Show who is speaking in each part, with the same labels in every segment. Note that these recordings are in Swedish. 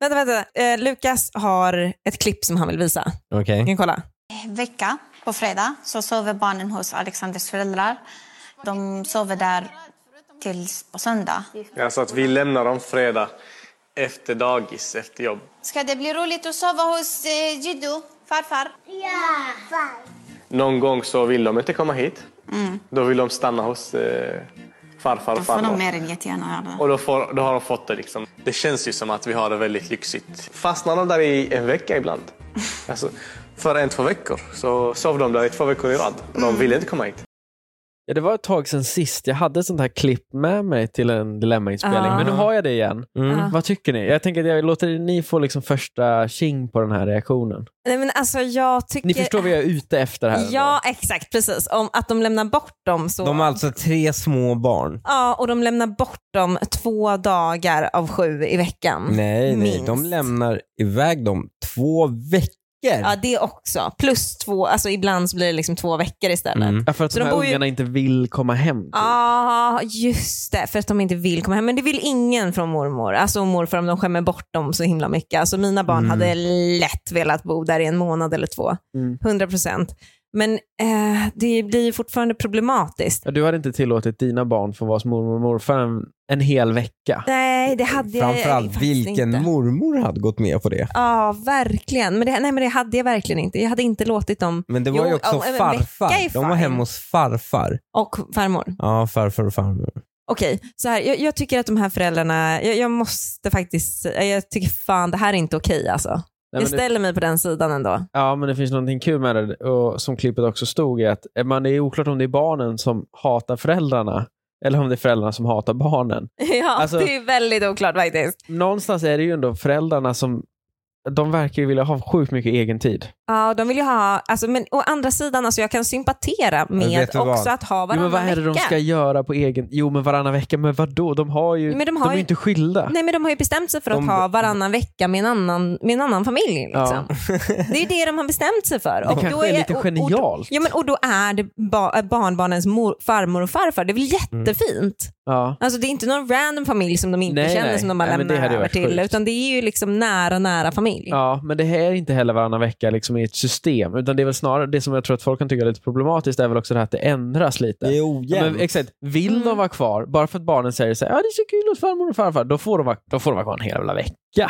Speaker 1: Vänta, vänta. Eh, Lukas har ett klipp som han vill visa.
Speaker 2: Okej.
Speaker 1: Kan kolla?
Speaker 3: vecka på fredag så sover barnen hos Alexanders föräldrar. De sover där tills på söndag.
Speaker 4: Alltså att vi lämnar dem fredag efter dagis, efter jobb.
Speaker 3: Ska det bli roligt att sova hos eh, Jiddu, farfar?
Speaker 4: Någon gång så vill de inte komma hit. Då vill de stanna hos eh, farfar
Speaker 3: Mm. Då
Speaker 4: och
Speaker 3: får de
Speaker 4: farmor.
Speaker 3: mer än jättegärna göra det.
Speaker 4: Och då, får, då har de fått det liksom. Det känns ju som att vi har det väldigt lyxigt. Fastnar de där i en vecka ibland. Alltså, för en, två veckor. Så sov de där i två veckor i rad. Och
Speaker 3: Mm.
Speaker 4: de ville inte komma hit.
Speaker 2: Ja, det var ett tag sedan sist jag hade ett sånt här klipp med mig till en dilemmainspelning,
Speaker 1: Ja.
Speaker 2: men nu har jag det igen.
Speaker 1: Ja.
Speaker 2: Vad tycker ni? Jag tänker att jag låter ni få liksom första tjing på den här reaktionen.
Speaker 1: Nej, men alltså, jag tycker...
Speaker 2: Ni förstår vad jag är ute efter här. ändå.
Speaker 1: Ja, exakt. Precis. Om att de lämnar bort dem så...
Speaker 5: De har alltså tre små barn.
Speaker 1: Ja, och de lämnar bort dem två dagar av sju i veckan.
Speaker 5: Nej, nej.
Speaker 1: Minst.
Speaker 5: De lämnar iväg dem två veckor.
Speaker 1: Ja, det också. Plus två, alltså ibland så blir det liksom två veckor istället.
Speaker 5: Mm.
Speaker 2: Ja, för att
Speaker 1: Så
Speaker 2: de
Speaker 1: de
Speaker 2: här
Speaker 1: bor ju-
Speaker 2: ungarna inte vill komma hem. typ.
Speaker 1: Ja, Ah, just det. För att de inte vill komma hem. Men det vill ingen från mormor. Alltså och morfar om de skämmer bort dem så himla mycket. Alltså mina barn
Speaker 2: Mm.
Speaker 1: hade lätt velat bo där i en månad eller två.
Speaker 2: Mm.
Speaker 1: 100 procent. Men eh, det blir ju fortfarande problematiskt.
Speaker 2: Ja, Du hade inte tillåtit dina barn få vara hos mormor och morfar en, en hel vecka.
Speaker 1: Nej, det hade jag
Speaker 5: Framförallt
Speaker 1: faktiskt
Speaker 5: vilken
Speaker 1: inte.
Speaker 5: mormor hade gått med på det.
Speaker 1: Ja, verkligen. Men det, nej, men det hade jag verkligen inte. Jag hade inte låtit dem
Speaker 5: Men det var
Speaker 1: Jo,
Speaker 5: ju också
Speaker 1: ja, men en vecka är
Speaker 5: farfar. De var
Speaker 1: fine. hemma
Speaker 5: hemma hos farfar.
Speaker 1: och farmor.
Speaker 5: Ja, farfar och farmor.
Speaker 1: Okej, så här. Jag, jag tycker att de här föräldrarna, jag, jag måste faktiskt, jag tycker fan det här är inte okej alltså.
Speaker 2: Nej,
Speaker 1: jag
Speaker 2: men det-
Speaker 1: ställer mig på den sidan ändå.
Speaker 2: Ja, men det finns någonting kul med det. Och som klippet också stod är att eh, man, det är oklart om det är barnen som hatar föräldrarna eller om det är föräldrarna som hatar barnen.
Speaker 1: ja,
Speaker 2: Alltså-
Speaker 1: det är väldigt oklart faktiskt.
Speaker 2: Någonstans är det ju ändå föräldrarna som de verkar ju vilja ha sjukt mycket egen tid.
Speaker 1: Ja, de vill ju ha, alltså, men å andra sidan, alltså, jag kan sympatera med
Speaker 5: vet du
Speaker 1: också
Speaker 5: vad?
Speaker 1: att ha
Speaker 2: Jo,
Speaker 1: varannan
Speaker 2: men vad är det
Speaker 1: vecka.
Speaker 2: de ska göra på egen... Jo, men varannan vecka, men vadå? De har ju...
Speaker 1: Jo, men de
Speaker 2: de,
Speaker 1: har
Speaker 2: är
Speaker 1: ju-
Speaker 2: ju inte skilda.
Speaker 1: Nej men de har ju bestämt sig för att
Speaker 5: De-
Speaker 1: ha varannan vecka med en annan, med en annan familj. Liksom. Det är ju det de har bestämt sig för.
Speaker 2: Det kanske är lite
Speaker 1: och- Och, då,
Speaker 2: genialt.
Speaker 1: ja, men, och då är det ba, barnbarnens mor, farmor och farfar. Det är väl
Speaker 2: Mm.
Speaker 1: jättefint?
Speaker 2: Ja.
Speaker 1: Alltså det är inte någon random familj som de inte
Speaker 2: Nej,
Speaker 1: känner
Speaker 2: nej.
Speaker 1: som de har
Speaker 2: Nej, men det
Speaker 1: lämnat
Speaker 2: hade
Speaker 1: över
Speaker 2: varit
Speaker 1: till.
Speaker 2: sjukt.
Speaker 1: Utan det är ju liksom nära, nära familj.
Speaker 2: ja, men det här är inte heller varannan vecka liksom i ett system, utan det är väl snarare det som jag tror att folk kan tycka är lite problematiskt är väl också det här att det ändras lite.
Speaker 5: Det är
Speaker 2: Ja,
Speaker 5: ojämnt.
Speaker 2: men, exakt. Vill
Speaker 1: Mm.
Speaker 2: de vara kvar, bara för att barnen säger så här, ja det är så kul hos farmor och farfar, då får de vara, då får de vara kvar en hel jävla vecka.
Speaker 1: Ja,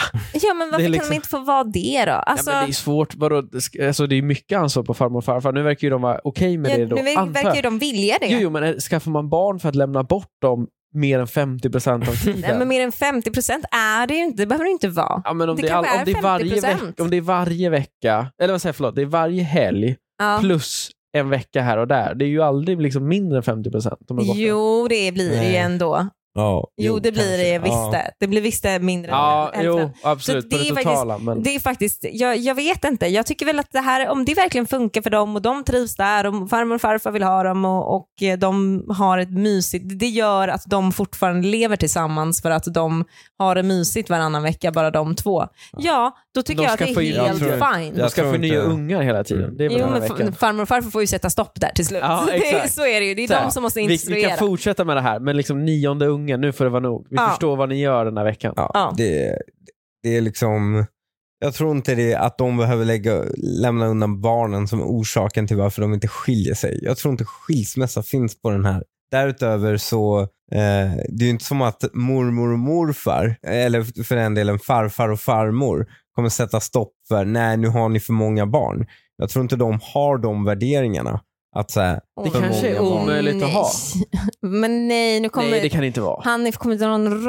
Speaker 1: men varför
Speaker 2: Det är
Speaker 1: kan
Speaker 2: liksom-
Speaker 1: de inte få vara det då? Alltså,
Speaker 2: ja, men det är svårt, vadå? Det ska- Alltså, det är mycket ansvar på farmor och farfar. Nu verkar ju de vara okej med
Speaker 1: ja,
Speaker 2: det då.
Speaker 1: nu verkar-
Speaker 2: antar
Speaker 1: verkar ju
Speaker 2: jag.
Speaker 1: de vilja det.
Speaker 2: Jo, jo, men eh, skaffar man barn för att lämna bort dem mer än 50 procent av tiden?
Speaker 1: Nej, men mer än 50 procent är det ju inte. Det behöver det inte vara.
Speaker 2: Ja, men om
Speaker 1: det
Speaker 2: det, är all,
Speaker 1: kanske
Speaker 2: om,
Speaker 1: är
Speaker 2: det är varje
Speaker 1: 50%.
Speaker 2: veck, om det är varje vecka, eller vad säger jag, förlåt, det är varje helg
Speaker 1: Ja.
Speaker 2: plus en vecka här och där. Det är ju aldrig liksom mindre än 50 procent.
Speaker 1: Jo, det blir det ju
Speaker 5: Nej.
Speaker 1: ändå.
Speaker 5: Ja,
Speaker 1: Jo, det blir det
Speaker 5: kanske.
Speaker 1: visst
Speaker 5: Ja.
Speaker 1: det. Det blir visst det mindre
Speaker 2: Ja,
Speaker 1: än hälften.
Speaker 2: jo, absolut.
Speaker 1: det
Speaker 2: På
Speaker 1: är
Speaker 2: det
Speaker 1: faktiskt-
Speaker 2: totala. men...
Speaker 1: Det är faktiskt, jag, jag vet inte. Jag tycker väl att det här, om det verkligen funkar för dem och de trivs där och farmor och farfar vill ha dem och, och de har ett mysigt, det gör att de fortfarande lever tillsammans för att de har det mysigt varannan vecka, bara de två. Ja, då tycker
Speaker 2: De
Speaker 1: jag att
Speaker 2: ska
Speaker 1: det är
Speaker 2: få in-
Speaker 1: helt
Speaker 5: jag tror-
Speaker 1: fine.
Speaker 2: De
Speaker 5: Jag
Speaker 2: ska
Speaker 5: tror
Speaker 2: få
Speaker 5: inte-
Speaker 2: nya ungar hela tiden. Det är väl
Speaker 1: Jo,
Speaker 2: den här
Speaker 1: men
Speaker 2: veckan.
Speaker 1: fa- farmor och farfar får ju sätta stopp där till slut.
Speaker 2: Ja,
Speaker 1: det, är-
Speaker 2: exakt.
Speaker 1: så är det ju. Det är
Speaker 2: Så här,
Speaker 1: de som måste
Speaker 2: vi, vi kan
Speaker 1: instruera.
Speaker 2: fortsätta med det här, men liksom nionde ungen, nu får det vara nog. Vi
Speaker 1: Ja.
Speaker 2: förstår vad ni gör den här veckan.
Speaker 5: Ja,
Speaker 1: Ja.
Speaker 5: Det, det är liksom... Jag tror inte det är att de behöver lägga, lämna undan barnen som är orsaken till varför de inte skiljer sig. Jag tror inte skilsmässa finns på den här. Därutöver så, eh, det är ju inte som att mormor och morfar, eller för den delen farfar och farmor, kommer sätta stopp för nej nu har ni för många barn. Jag tror inte de har de värderingarna. Att så här,
Speaker 2: Det
Speaker 5: för
Speaker 2: kanske är
Speaker 5: många barn.
Speaker 2: omöjligt att ha.
Speaker 1: Men nej, nu kommer...
Speaker 2: Nej, det kan det inte vara.
Speaker 1: Han kommer inte ha någon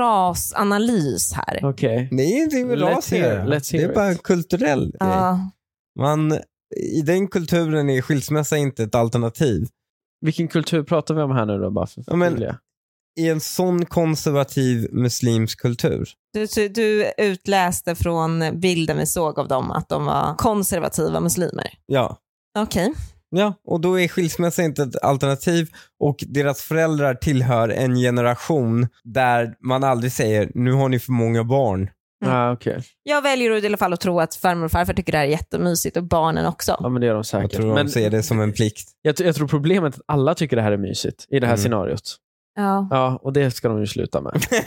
Speaker 1: rasanalys här.
Speaker 2: Okej.
Speaker 5: Det är ingenting med
Speaker 2: Let's
Speaker 5: ras
Speaker 2: hear-
Speaker 5: att göra.
Speaker 2: let's
Speaker 5: Det
Speaker 2: hear
Speaker 5: är bara en
Speaker 2: it.
Speaker 5: kulturell grej.
Speaker 1: Ja.
Speaker 5: Man, I den kulturen är skilsmässa inte ett alternativ.
Speaker 2: Vilken kultur pratar vi om här nu då? Bara för
Speaker 5: Ja, men-
Speaker 2: förtydliga?
Speaker 5: I en sån konservativ muslimsk kultur.
Speaker 1: Du, du- du utläste från bilden vi såg av dem att de var konservativa muslimer.
Speaker 5: Ja.
Speaker 1: Okej.
Speaker 5: ja. Och då är skilsmässa inte ett alternativ och deras föräldrar tillhör en generation där man aldrig säger nu har ni för många barn.
Speaker 1: Mm.
Speaker 2: ah, okej.
Speaker 1: Jag väljer i alla fall att tro att farmor och farfar tycker det här är jättemysigt och barnen också.
Speaker 2: Ja, men det gör de
Speaker 5: Jag
Speaker 2: säkert.
Speaker 5: tror
Speaker 2: men
Speaker 5: de ser det som en plikt.
Speaker 2: jag, tr- jag tror problemet är att alla tycker det här är mysigt i det här
Speaker 5: Mm.
Speaker 2: scenariot.
Speaker 1: Ja.
Speaker 2: Ja, och det ska de ju sluta med.
Speaker 1: Jo,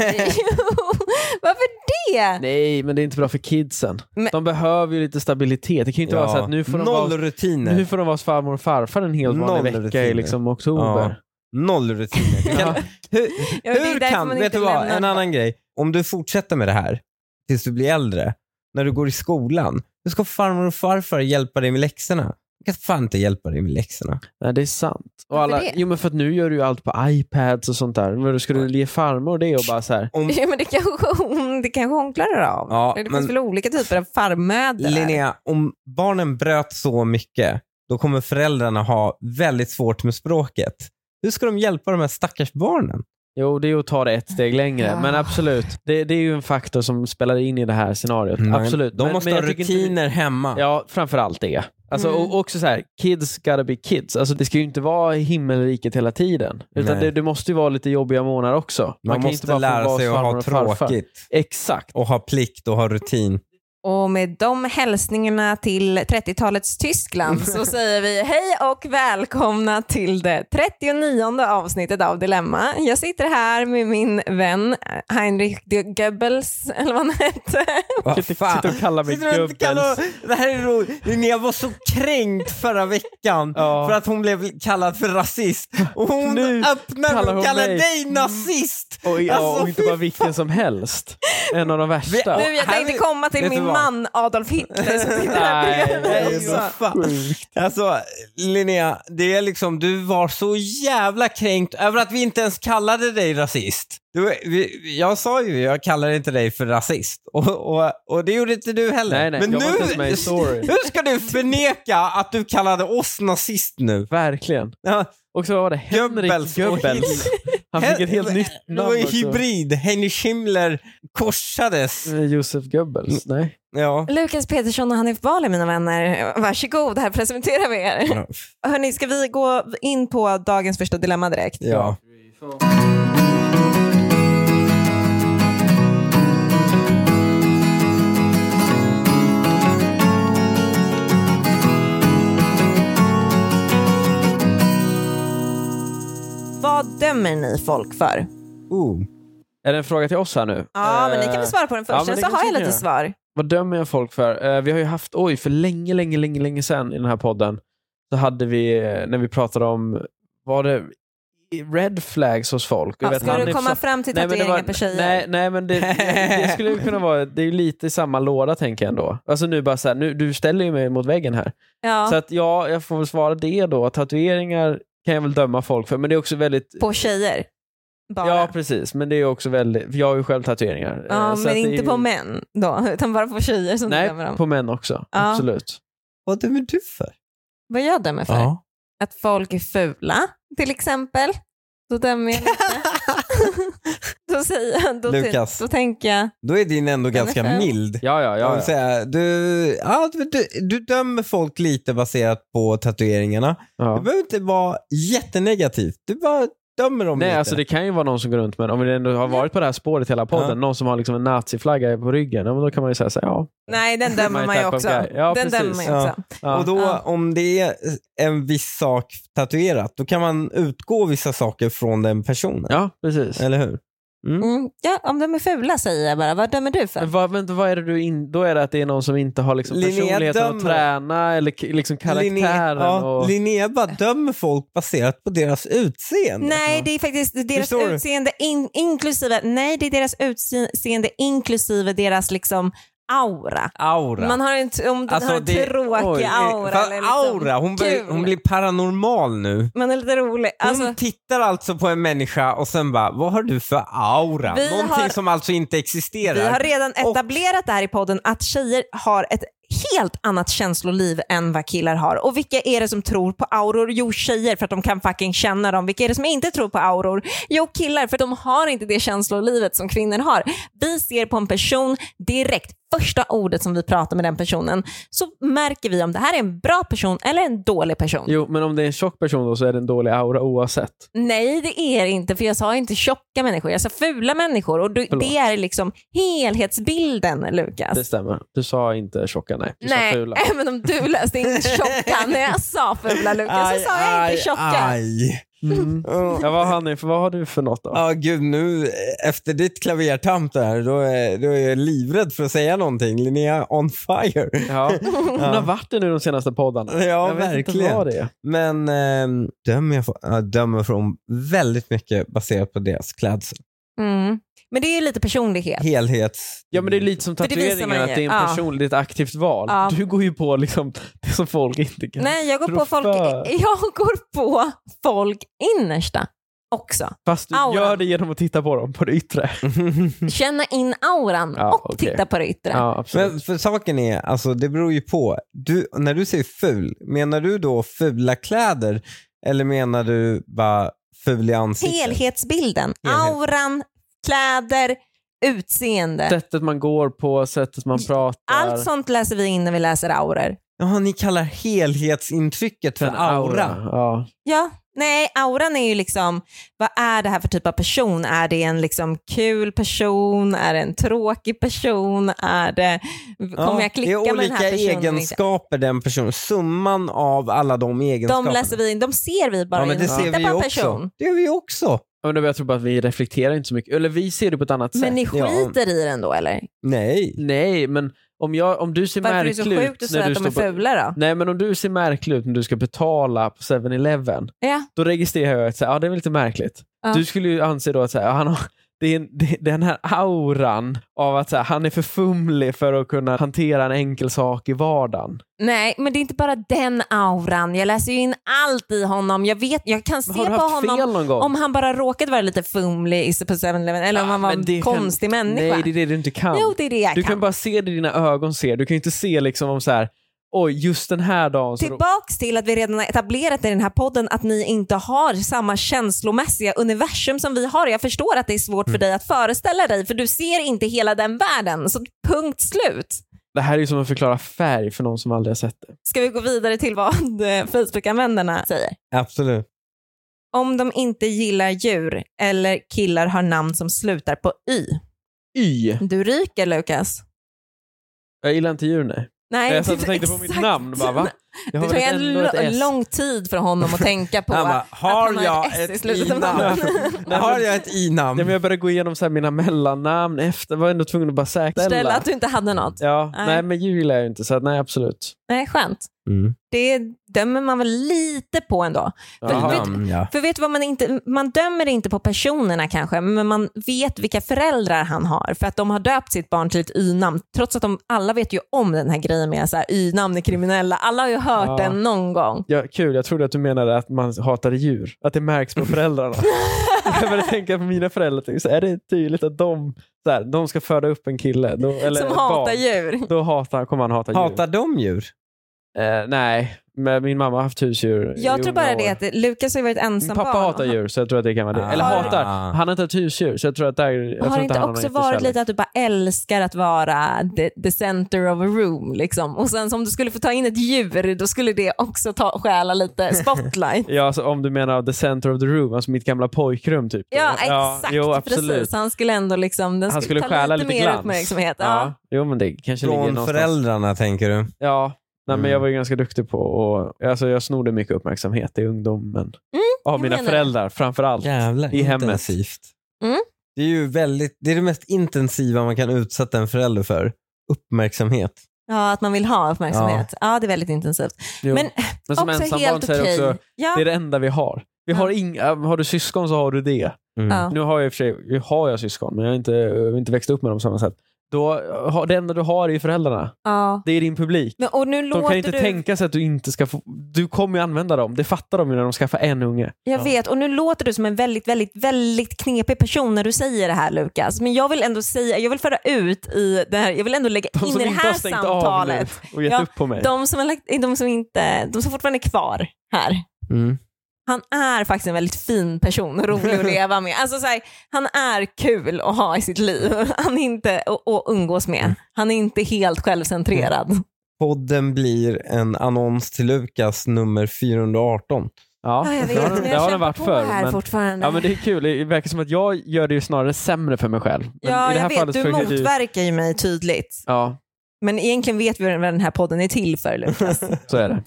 Speaker 1: Varför det?
Speaker 2: Nej, men det är inte bra för kidsen.
Speaker 1: Men-
Speaker 2: De behöver ju lite stabilitet. Det kan ju inte vara så att nu får de
Speaker 5: Noll
Speaker 2: vara
Speaker 5: rutiner.
Speaker 2: nu får de vara hos farmor och farfar en hel
Speaker 5: Noll
Speaker 2: vanlig vecka i
Speaker 5: rutiner.
Speaker 2: liksom oktober.
Speaker 5: Noll rutiner.
Speaker 2: Ja.
Speaker 5: Kan, hur
Speaker 1: Ja, det är
Speaker 5: hur
Speaker 1: därför
Speaker 5: kan,
Speaker 1: man
Speaker 5: vet
Speaker 1: inte
Speaker 5: du vad,
Speaker 1: lämnar-
Speaker 5: en annan grej. Om du fortsätter med det här tills du blir äldre, när du går i skolan, hur ska farmor och farfar hjälpa dig med läxorna? De kan fan inte hjälpa dig med läxorna.
Speaker 2: Nej, det är sant. Och
Speaker 1: Varför
Speaker 2: alla,
Speaker 1: det?
Speaker 2: jo, men för att nu gör du ju allt på iPads och sånt där. Men då ska du ge farmor det och bara så här.
Speaker 5: Om,
Speaker 1: Ja, men det kanske hon, det kanske hon klarar av.
Speaker 5: Ja,
Speaker 1: det finns
Speaker 5: men-
Speaker 1: väl olika typer av farmödrar.
Speaker 5: Linnea, om barnen bröt så mycket, då kommer föräldrarna ha väldigt svårt med språket. Hur ska de hjälpa de här stackars barnen?
Speaker 2: Jo, det är ju att ta det ett steg längre.
Speaker 1: Ja.
Speaker 2: Men absolut, det, det är ju en faktor som spelar in i det här scenariot. Mm, Absolut.
Speaker 5: Mm. De
Speaker 2: men,
Speaker 5: måste
Speaker 2: men
Speaker 5: ha
Speaker 2: jag tycker inte-
Speaker 5: rutiner hemma.
Speaker 2: Ja, framförallt det. Alltså,
Speaker 1: Mm.
Speaker 2: Och också så här, kids gotta be kids. Alltså, det ska ju inte vara himmelriket hela tiden. Utan
Speaker 5: Nej.
Speaker 2: det, det måste ju vara lite jobbiga månader också.
Speaker 5: Man,
Speaker 2: kan ju
Speaker 5: måste lära
Speaker 2: hos
Speaker 5: sig att
Speaker 2: farmor
Speaker 5: ha
Speaker 2: och farfar.
Speaker 5: tråkigt
Speaker 2: Exakt.
Speaker 5: och ha plikt och ha rutin.
Speaker 1: Och med de hälsningarna till 30-talets Tyskland så säger vi hej och välkomna till det 39 avsnittet av Dilemma. Jag sitter här med min vän eh, Heinrich de Goebbels, eller vad han hette.
Speaker 5: Vad
Speaker 2: Sitter, sitter Typ och kallar mig
Speaker 5: Sitter du inte kallad-
Speaker 2: Goebbels.
Speaker 5: Det här är roligt. Linnea var så kränkt förra veckan
Speaker 2: Ja.
Speaker 5: för att hon blev kallad för rasist. Och hon
Speaker 2: Nu
Speaker 5: öppnar
Speaker 2: kallar
Speaker 5: och
Speaker 2: hon
Speaker 5: kallar
Speaker 2: mig.
Speaker 5: dig nazist!
Speaker 2: Och, ja,
Speaker 5: Alltså,
Speaker 2: och inte
Speaker 5: fy
Speaker 2: bara vilken som helst. En av de värsta.
Speaker 1: Nu, jag
Speaker 5: här
Speaker 1: tänkte
Speaker 5: är-
Speaker 1: komma till
Speaker 5: vet du
Speaker 1: min
Speaker 5: vad?
Speaker 1: man Adolf Hitler som sitter
Speaker 2: Nej,
Speaker 1: här
Speaker 2: det
Speaker 1: bredvid
Speaker 2: är
Speaker 5: Nej,
Speaker 1: också.
Speaker 5: vad fan. Alltså Linnea, det är liksom, du var så jävla kränkt över att vi inte ens kallade dig rasist. Du, vi, jag sa ju, jag kallade inte dig för rasist. Och, och, och det gjorde inte du heller.
Speaker 2: Nej, nej,
Speaker 5: Men
Speaker 2: jag
Speaker 5: nu,
Speaker 2: var inte ens med i storyn.
Speaker 5: hur ska du förneka att du kallade oss nazist nu?
Speaker 2: Verkligen.
Speaker 5: Ja,
Speaker 2: Och så var det Henrik
Speaker 5: Goebbels
Speaker 2: Goebbels.
Speaker 5: och
Speaker 2: Han fick ett helt nytt
Speaker 5: Det var
Speaker 2: namn
Speaker 5: ju
Speaker 2: också.
Speaker 5: hybrid. Henry Schimler korsades.
Speaker 2: Eh, Josef Goebbels.
Speaker 5: Mm.
Speaker 2: Nej.
Speaker 5: Ja.
Speaker 1: Lukas Petersson och Hanif Bali mina vänner, varsågod, här presenterar vi er. Hörni, ska vi gå in på dagens första dilemma direkt?
Speaker 5: Ja.
Speaker 1: Vad dömer ni folk för?
Speaker 5: Oh.
Speaker 2: Är det en fråga till oss här nu?
Speaker 1: Ja, men ni kan
Speaker 2: Eh,
Speaker 1: väl svara på den
Speaker 2: ja,
Speaker 1: först, sen
Speaker 2: men det
Speaker 1: så
Speaker 2: kan
Speaker 1: har jag
Speaker 2: vi
Speaker 1: lite
Speaker 2: göra.
Speaker 1: svar.
Speaker 2: Vad dömer jag folk för? Eh, vi har ju haft, oj, för länge, länge, länge, länge sedan i den här podden, så hade vi, eh, när vi pratade om, var det red flags hos folk? Jag
Speaker 1: Ja,
Speaker 2: vet,
Speaker 1: Alltså, ska
Speaker 2: han
Speaker 1: du
Speaker 2: är
Speaker 1: komma
Speaker 2: så-
Speaker 1: fram till
Speaker 2: Nej, men det
Speaker 1: tatueringar
Speaker 2: var-
Speaker 1: på tjejer?
Speaker 2: Nej, nej men det, det skulle ju kunna vara, det är ju lite i samma låda tänker jag ändå. Alltså nu bara så här, nu, du ställer ju mig mot väggen här.
Speaker 1: ja,
Speaker 2: Så att ja, jag får väl svara det då. Tatueringar kan jag väl döma folk för, men det är också väldigt
Speaker 1: på tjejer? Bara.
Speaker 2: Ja,
Speaker 1: Ja,
Speaker 2: precis. Men det är också väldigt... för Jag har ju själv tatueringar. eh, så att
Speaker 1: men
Speaker 2: det är
Speaker 1: inte
Speaker 2: ju-
Speaker 1: på män då, utan bara på tjejer som du dömer
Speaker 2: Nej,
Speaker 1: dem.
Speaker 2: på män också.
Speaker 1: Ja.
Speaker 2: Absolut.
Speaker 5: Vad dömer du för?
Speaker 1: Vad jag dömer för? Att folk är fula, till exempel. Då dömer jag lite. då säger jag, då,
Speaker 5: Lukas.
Speaker 1: då tänker jag,
Speaker 5: Då är din ändå ganska
Speaker 1: fem.
Speaker 5: mild.
Speaker 2: Ja, ja,
Speaker 5: Jag
Speaker 2: ja.
Speaker 5: vill säga, du, ja, du, du, du dömer folk lite baserat på tatueringarna. Det
Speaker 2: ja.
Speaker 5: behöver inte vara jättenegativt. Du bara dömer dem
Speaker 2: Nej,
Speaker 5: lite.
Speaker 2: alltså det kan ju vara någon som går runt med en- Om vi ändå har varit på det här spåret hela podden,
Speaker 5: Ja.
Speaker 2: någon som har liksom en naziflagga på ryggen, ja, men då kan man ju säga så här, ja.
Speaker 1: nej den dömer
Speaker 2: My
Speaker 1: man ju
Speaker 2: type of
Speaker 1: också.
Speaker 2: guy. Ja,
Speaker 1: den
Speaker 2: precis.
Speaker 1: dömer man ju
Speaker 5: Ja.
Speaker 1: också.
Speaker 2: ja.
Speaker 5: Och då
Speaker 1: Ja.
Speaker 5: om det är en viss sak tatuerat, då kan man utgå vissa saker från den personen.
Speaker 2: ja precis.
Speaker 5: Eller hur?
Speaker 1: Mm, ja, om de är fula säger jag bara, vad dömer du för?
Speaker 2: Men vad, men vad är det du in, då är det att det är någon som inte har liksom
Speaker 5: Linnea
Speaker 2: personligheten att
Speaker 5: dömer.
Speaker 2: träna eller k- liksom karaktären.
Speaker 5: Linnea, ja,
Speaker 2: och,
Speaker 5: Linnea bara dömer folk baserat på deras utseende.
Speaker 1: Nej, det är faktiskt deras
Speaker 5: Förstår du?
Speaker 1: utseende in, inklusive, nej det är deras utseende inklusive deras liksom aura.
Speaker 5: Aura.
Speaker 1: Man har en, t- om den
Speaker 5: Alltså,
Speaker 1: har en
Speaker 5: det-
Speaker 1: tråkig
Speaker 5: Oj,
Speaker 1: aura.
Speaker 5: fan,
Speaker 1: Eller liksom,
Speaker 5: aura, hon, blir,
Speaker 1: kul.
Speaker 5: hon blir paranormal nu.
Speaker 1: Man är lite rolig.
Speaker 5: Hon
Speaker 1: Alltså,
Speaker 5: tittar alltså på en människa och sen bara, vad har du för aura?
Speaker 1: Vi
Speaker 5: Någonting
Speaker 1: har-
Speaker 5: som alltså inte existerar.
Speaker 1: vi har redan
Speaker 5: Och-
Speaker 1: etablerat det här i podden att tjejer har ett helt annat känsloliv än vad killar har. Och vilka är det som tror på auror? Jo, tjejer för att de kan fucking känna dem. Vilka är det som inte tror på auror? Jo, killar för de har inte det känslolivet som kvinnor har. Vi ser på en person direkt, första ordet som vi pratar med den personen, så märker vi om det här är en bra person eller en dålig person.
Speaker 2: Jo, men om det är en tjock person då så är det en dålig aura oavsett.
Speaker 1: Nej, det är det inte. För jag sa inte tjocka människor, jag sa fula människor. Och du,
Speaker 2: Förlåt.
Speaker 1: det är liksom helhetsbilden, Lukas.
Speaker 2: Det stämmer. Du sa inte tjocka, nej. Du
Speaker 1: Nej,
Speaker 2: sa fula.
Speaker 1: men om du läste in tjocka när jag sa fula Lukas så sa jag inte tjocka.
Speaker 5: Aj,
Speaker 2: Mm.
Speaker 5: Ja,
Speaker 2: Ja, vad, Hanif, vad har du för något då?
Speaker 5: Ja, gud nu eh, efter ditt klavertamp där, då är, då är jag livrädd för att säga någonting. Linnea on fire.
Speaker 2: Ja. Hon har varit det nu de senaste poddarna.
Speaker 5: Ja,
Speaker 2: jag vet inte
Speaker 5: verkligen.
Speaker 2: vad det är.
Speaker 5: Men eh,
Speaker 1: ehm,
Speaker 5: dömer jag, fr- jag dömer från väldigt mycket baserat på deras klädsel.
Speaker 1: Mm. Men det är ju lite personlighet.
Speaker 5: Helhets...
Speaker 2: Ja men det är lite som
Speaker 1: För det visar
Speaker 2: tatueringar,
Speaker 1: man
Speaker 2: att
Speaker 1: ju.
Speaker 2: det är en
Speaker 1: Ja.
Speaker 2: personligt ett aktivt val.
Speaker 1: Ja.
Speaker 2: Du går ju på liksom det som folk inte kan.
Speaker 1: Nej, jag går, på
Speaker 2: Proför.
Speaker 1: folk, jag går på folk innersta också.
Speaker 2: Fast du
Speaker 1: Auran.
Speaker 2: gör det genom att titta på dem, på det yttre.
Speaker 1: Känna in auran
Speaker 2: Mm. Ja,
Speaker 1: och
Speaker 2: okej.
Speaker 1: titta på det yttre.
Speaker 2: Ja, absolut.
Speaker 5: Men för saken är, alltså det beror ju på. Du, när du säger ful, menar du då fula kläder eller menar du bara ful i ansiktet?
Speaker 1: Helhetsbilden.
Speaker 5: Helhet.
Speaker 1: Auran, kläder, utseende.
Speaker 2: Sättet man går på, sättet man pratar.
Speaker 1: Allt sånt läser vi in när vi läser auror.
Speaker 5: Jaha, ni kallar helhetsintrycket för
Speaker 2: Sen aura.
Speaker 5: aura.
Speaker 2: Ja.
Speaker 1: Ja, nej, auran är ju liksom, vad är det här för typ av person? Är det en liksom kul person? Är det en tråkig person? Är det, kommer
Speaker 5: Ja,
Speaker 1: jag klicka med den här
Speaker 5: Det är
Speaker 1: personen?
Speaker 5: olika egenskaper den personen, summan av alla de
Speaker 1: De
Speaker 5: egenskaperna.
Speaker 1: läser vi in, de ser vi bara
Speaker 5: ja, men
Speaker 1: genom
Speaker 5: det
Speaker 1: att
Speaker 5: ser
Speaker 1: titta
Speaker 5: vi
Speaker 1: på en
Speaker 5: ju också.
Speaker 1: person.
Speaker 5: Det gör vi också.
Speaker 2: Men då, jag tror bara att vi reflekterar inte så mycket. Eller vi ser det på ett annat
Speaker 1: Men ni
Speaker 2: sätt.
Speaker 1: skiter i den då eller?
Speaker 5: Nej.
Speaker 2: Nej, men om, jag, om du ser
Speaker 1: Varför är det
Speaker 2: märklig
Speaker 1: så sjukt att
Speaker 2: ut
Speaker 1: säga
Speaker 2: när du
Speaker 1: att de är
Speaker 2: står på...
Speaker 1: fula då?
Speaker 2: Nej, men om du ser märklig ut när du ska betala på 7-Eleven,
Speaker 1: Ja.
Speaker 2: då registrerar jag att så här, ah, det är väl lite märkligt.
Speaker 1: Ja.
Speaker 2: Du skulle ju anse då att så här, ah, han har, det är en, det, den här auran av att så här, han är för fumlig för att kunna hantera en enkel sak i vardagen.
Speaker 1: Nej, men det är inte bara den auran. Jag läser ju in allt i honom. Jag, vet, jag kan se
Speaker 2: Men har du
Speaker 1: på
Speaker 2: haft
Speaker 1: honom
Speaker 2: fel någon gång?
Speaker 1: om han bara råkade vara lite fumlig i- på 7-Eleven eller om
Speaker 2: Ah,
Speaker 1: han var
Speaker 2: men det
Speaker 1: en
Speaker 2: kan-
Speaker 1: konstig människa.
Speaker 2: Nej, det är det du inte kan.
Speaker 1: Jo, det är det jag
Speaker 2: du
Speaker 1: kan.
Speaker 2: kan bara se det dina ögon ser. Du kan ju inte se liksom om så här, oj, just den här dagen så...
Speaker 1: Tillbaks till att vi redan har etablerat i den här podden att ni inte har samma känslomässiga universum som vi har. Jag förstår att det är svårt
Speaker 2: Mm.
Speaker 1: för dig att föreställa dig för du ser inte hela den världen. Så punkt slut.
Speaker 2: Det här är ju som att förklara färg för någon som aldrig har sett det.
Speaker 1: Ska vi gå vidare till vad eh, Facebook-användarna säger?
Speaker 5: Absolut.
Speaker 1: Om de inte gillar djur eller killar har namn som slutar på y.
Speaker 2: Y.
Speaker 1: Du ryker Lukas.
Speaker 2: Jag gillar inte djur, nej.
Speaker 1: Nej,
Speaker 2: jag satt och tänkte på mitt
Speaker 1: exakt.
Speaker 2: namn. Bara, va? Jag
Speaker 1: Det
Speaker 2: har
Speaker 1: tog
Speaker 2: väl
Speaker 1: en
Speaker 2: ändå ett
Speaker 1: lo-
Speaker 2: S.
Speaker 1: lång tid för honom att tänka på.
Speaker 5: Han bara,
Speaker 1: han
Speaker 5: har
Speaker 1: har
Speaker 5: jag
Speaker 1: ett S i
Speaker 5: ett
Speaker 1: slutet av
Speaker 5: i-namn? har jag ett i-namn?
Speaker 2: Ja, men jag började gå igenom så här mina mellannamn efter. var ändå tvungen att bara säkerställa.
Speaker 1: Ställa att du inte hade något.
Speaker 2: Ja, nej.
Speaker 1: Nej.
Speaker 2: men djur gillar jag ju inte. Så att, nej, absolut.
Speaker 1: Nej, skönt.
Speaker 5: Mm.
Speaker 1: Det dömer man väl lite på ändå.
Speaker 2: Jaha.
Speaker 1: vet-
Speaker 5: I-namn, ja.
Speaker 1: För vet du vad man inte, man dömer inte på personerna kanske, men man vet vilka föräldrar han har för att de har döpt sitt barn till ett y-namn. Trots att de alla vet ju om den här grejen med så här, y-namn är kriminella. Alla har ju hört
Speaker 2: Ja.
Speaker 1: den någon gång.
Speaker 2: Ja, kul, jag trodde att du menade att man hatade djur. Att det märks på föräldrarna. jag började tänka på mina föräldrar. tänkte Så här, är det tydligt att de, så här, de ska föda upp en kille? Då, eller
Speaker 1: som
Speaker 2: ett
Speaker 1: hatar
Speaker 2: barn,
Speaker 1: djur.
Speaker 2: Då hatar, kommer han hata
Speaker 5: Hatar de djur?
Speaker 2: djur. Eh, nej, men min mamma har haft husdjur i
Speaker 1: Jag tror
Speaker 2: unga
Speaker 1: bara
Speaker 2: år.
Speaker 1: det att Lukas har ju varit ensam
Speaker 2: Min pappa
Speaker 1: barn.
Speaker 2: hatar djur, så jag tror att det kan vara det.
Speaker 5: Ah.
Speaker 2: Eller hatar.
Speaker 5: Ah.
Speaker 2: Han har inte haft husdjur, så jag tror att där... Jag tror
Speaker 1: har det
Speaker 2: inte
Speaker 1: inte
Speaker 2: han
Speaker 1: också
Speaker 2: någon
Speaker 1: varit
Speaker 2: jättekärlek.
Speaker 1: lite att du bara älskar att vara the, the center of a room liksom? Och sen som du skulle få ta in ett djur, då skulle det också ta, stjäla lite spotlight.
Speaker 2: Ja, alltså, om du menar the center of the room, alltså mitt gamla pojkrum typ.
Speaker 1: Ja, exakt.
Speaker 2: jo, absolut.
Speaker 1: Precis. Han skulle ändå liksom, den
Speaker 2: Han skulle
Speaker 1: ta
Speaker 2: stjäla
Speaker 1: lite,
Speaker 2: lite
Speaker 1: mer
Speaker 2: glans.
Speaker 1: uppmärksamhet. Ja.
Speaker 2: Ja. Jo, men det kanske ligger
Speaker 5: Från
Speaker 2: någonstans.
Speaker 5: föräldrarna tänker du?
Speaker 2: Ja. Nej, men
Speaker 5: Mm.
Speaker 2: jag var ju ganska duktig på och, alltså, jag snodde mycket uppmärksamhet i ungdomen. Av
Speaker 1: Mm, jag menar
Speaker 2: mina
Speaker 1: det.
Speaker 2: föräldrar framför allt.
Speaker 5: Jävlar,
Speaker 2: I hemmet.
Speaker 5: intensivt.
Speaker 1: Mm.
Speaker 5: Det är ju väldigt, det är det mest intensiva man kan utsätta en förälder för. Uppmärksamhet.
Speaker 1: ja, att man vill ha uppmärksamhet. Ja, det är väldigt intensivt.
Speaker 2: Jo.
Speaker 1: Men
Speaker 2: men som
Speaker 1: också
Speaker 2: ensambarn
Speaker 1: helt
Speaker 2: säger
Speaker 1: okej.
Speaker 2: också,
Speaker 1: Ja,
Speaker 2: det är det enda vi har. Vi
Speaker 1: Ja.
Speaker 2: har, inga, har du syskon så har du det.
Speaker 5: Mm.
Speaker 1: ja.
Speaker 2: Nu har jag i och för sig nu har jag syskon, men jag har inte, jag har inte växt upp med dem på samma sätt. Då, har- det enda du har är ju föräldrarna.
Speaker 1: ja.
Speaker 2: Det är din publik.
Speaker 1: Men, och nu
Speaker 2: De
Speaker 1: låter
Speaker 2: kan inte
Speaker 1: du...
Speaker 2: tänka sig att du inte ska få... Du kommer ju använda dem. Det fattar de ju när de skaffar en unge.
Speaker 1: Jag
Speaker 5: Ja.
Speaker 1: vet, och nu låter du som en väldigt, väldigt, väldigt knepig person när du säger det här Lukas. Men jag vill ändå säga, jag vill föra ut i det här, jag vill ändå lägga
Speaker 2: De
Speaker 1: in i
Speaker 2: som
Speaker 1: det
Speaker 2: inte har
Speaker 1: här
Speaker 2: stängt
Speaker 1: samtalet.
Speaker 2: av nu och gett
Speaker 1: Ja,
Speaker 2: upp på mig.
Speaker 1: De som, har lagt, de som inte, de som fortfarande är kvar här.
Speaker 5: Mm.
Speaker 1: Han är faktiskt en väldigt fin person och rolig att leva med. Alltså, så här, han är kul att ha i sitt liv han är inte, och, och umgås
Speaker 2: Mm.
Speaker 1: med. Han är inte helt självcentrerad.
Speaker 5: Podden blir en annons till Lukas nummer 418.
Speaker 2: Ja,
Speaker 1: Ja, jag vet,
Speaker 2: det har
Speaker 1: men
Speaker 2: den- det
Speaker 1: jag
Speaker 2: har den
Speaker 1: kämpar
Speaker 2: varit
Speaker 1: på
Speaker 2: förr.
Speaker 1: här
Speaker 2: Men,
Speaker 1: fortfarande.
Speaker 2: ja, men det är kul. Det verkar som att jag gör det ju snarare sämre för mig själv. Men
Speaker 1: Ja,
Speaker 2: i det här
Speaker 1: jag vet.
Speaker 2: fallet
Speaker 1: Du
Speaker 2: försöker
Speaker 1: motverkar ju mig tydligt.
Speaker 2: Ja,
Speaker 1: Men egentligen vet vi vad den här podden är till för, Lukas.
Speaker 2: så är det.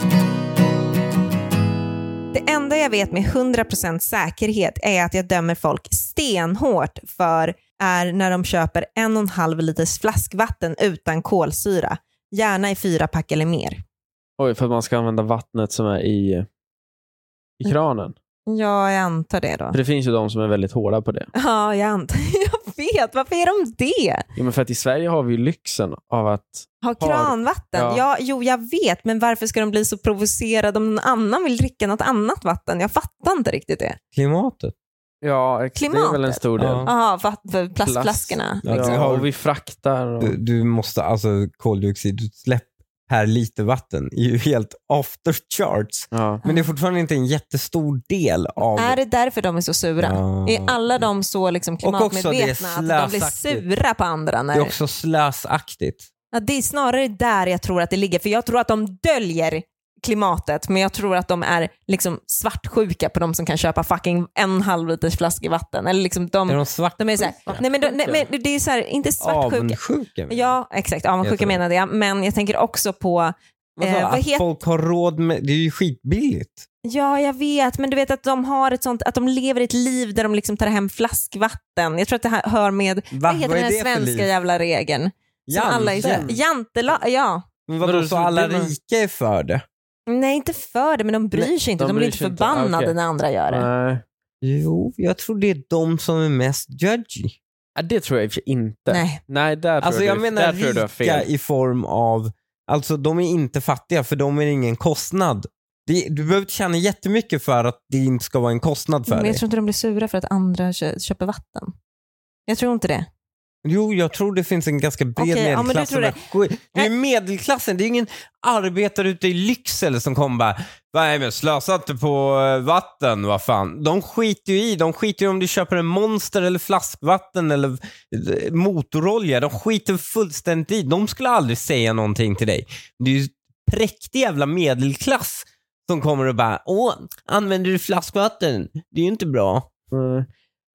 Speaker 1: Det enda jag vet med 100% säkerhet är att jag dömer folk stenhårt för är när de köper en och en halv liters flaskvatten utan kolsyra, gärna i fyra pack eller mer.
Speaker 2: Oj, för att man ska använda vattnet som är i, i
Speaker 1: Mm.
Speaker 2: kranen.
Speaker 1: Ja, jag antar det då.
Speaker 2: För det finns ju de som är väldigt hårda på det.
Speaker 1: Ja, jag antar. Jag vet, varför är de det?
Speaker 2: Jo, men för att i Sverige har vi ju lyxen av att...
Speaker 1: Ha
Speaker 2: Har-
Speaker 1: kranvatten?
Speaker 2: ja.
Speaker 1: Ja. jo jag vet, men varför ska de bli så provocerade om någon annan vill dricka något annat vatten? Jag fattar inte riktigt det.
Speaker 5: Klimatet.
Speaker 2: Ja, ex- det är väl en
Speaker 1: Klimatet.
Speaker 2: stor del.
Speaker 5: Ja.
Speaker 1: Jaha, vatt- för plastflaskorna. liksom.
Speaker 5: Ja, det
Speaker 2: Ja,
Speaker 5: har-
Speaker 2: och vi fraktar. Och...
Speaker 5: Du, du måste alltså koldioxidutsläpp per liter vatten är ju helt after charts.
Speaker 2: Ja.
Speaker 5: Men det är fortfarande inte en jättestor del av...
Speaker 1: Är det därför de är så sura?
Speaker 5: Ja.
Speaker 1: Är alla de så liksom
Speaker 5: Och också
Speaker 1: klimatmedvetna
Speaker 5: det är
Speaker 1: att de blir
Speaker 5: slösaktigt.
Speaker 1: sura på andra?
Speaker 5: det
Speaker 1: När...
Speaker 5: är också slösaktigt.
Speaker 1: ja, det är snarare där jag tror att det ligger, för jag tror att de döljer klimatet, men jag tror att de är liksom svartsjuka på de som kan köpa fucking en och en halv liters flaskor vatten. Eller liksom de,
Speaker 5: Är
Speaker 1: de,
Speaker 5: de svart
Speaker 1: är såhär, nej men, de, nej men det är såhär, inte svartsjuka,
Speaker 5: avundsjuka? menar jag.
Speaker 1: Ja, exakt. Avundsjuka
Speaker 5: Heter det.
Speaker 1: menade jag. Men jag tänker också på...
Speaker 5: Vadå,
Speaker 1: Eh, vad
Speaker 5: att
Speaker 1: heter-
Speaker 5: folk har råd med... Det är ju skitbilligt.
Speaker 1: Ja, jag vet. Men du vet att de har ett sånt... Att de lever ett liv där de liksom tar hem flaskvatten. Jag tror att det här hör med... Vad heter
Speaker 5: Vad är
Speaker 1: den här
Speaker 5: det för
Speaker 1: svenska
Speaker 5: liv?
Speaker 1: jävla regeln? Som alla är så,
Speaker 5: Jante.
Speaker 1: jantela, ja.
Speaker 5: Men
Speaker 2: Vadå,
Speaker 5: vadå,
Speaker 2: så
Speaker 5: så alla
Speaker 2: det var-
Speaker 5: rika är för det?
Speaker 1: Nej, inte för det, men de bryr
Speaker 2: Nej,
Speaker 1: sig inte.
Speaker 2: de
Speaker 1: De,
Speaker 2: bryr
Speaker 1: blir inte
Speaker 2: sig inte. Ah,
Speaker 1: förbannade
Speaker 2: Okej.
Speaker 1: när andra gör det.
Speaker 2: Nej.
Speaker 5: Jo, jag tror det är de som är mest judgy.
Speaker 2: Ja, Det tror jag i och för sig inte.
Speaker 1: Nej.
Speaker 2: Nej, där tror
Speaker 5: Alltså
Speaker 2: jag,
Speaker 5: jag
Speaker 2: du,
Speaker 5: menar
Speaker 2: där tror jag du har
Speaker 5: rika
Speaker 2: fel.
Speaker 5: i form av, alltså de är inte fattiga för de är ingen kostnad. Det, du behöver inte tjäna jättemycket för att det inte ska vara en kostnad för
Speaker 1: Men jag
Speaker 5: dig.
Speaker 1: tror inte de blir sura för att andra kö- köper vatten. Jag tror inte det.
Speaker 5: Jo, jag tror det finns en ganska bred
Speaker 1: Okej, ja, men du
Speaker 5: medelklass.
Speaker 1: tror
Speaker 5: som är skit- det är ju medelklassen, det är ingen arbetare ute i Lycksele som kommer bara Nej men slösa inte på eh, vatten, vad fan. De skiter ju i, de skiter ju om du köper en monster eller flaskvatten eller eh, motorolja. De skiter fullständigt i. De skulle aldrig säga någonting till dig. Det är ju präktig jävla medelklass som kommer och bara Åh, använder du flaskvatten? Det är ju inte bra.
Speaker 2: Nej. Mm.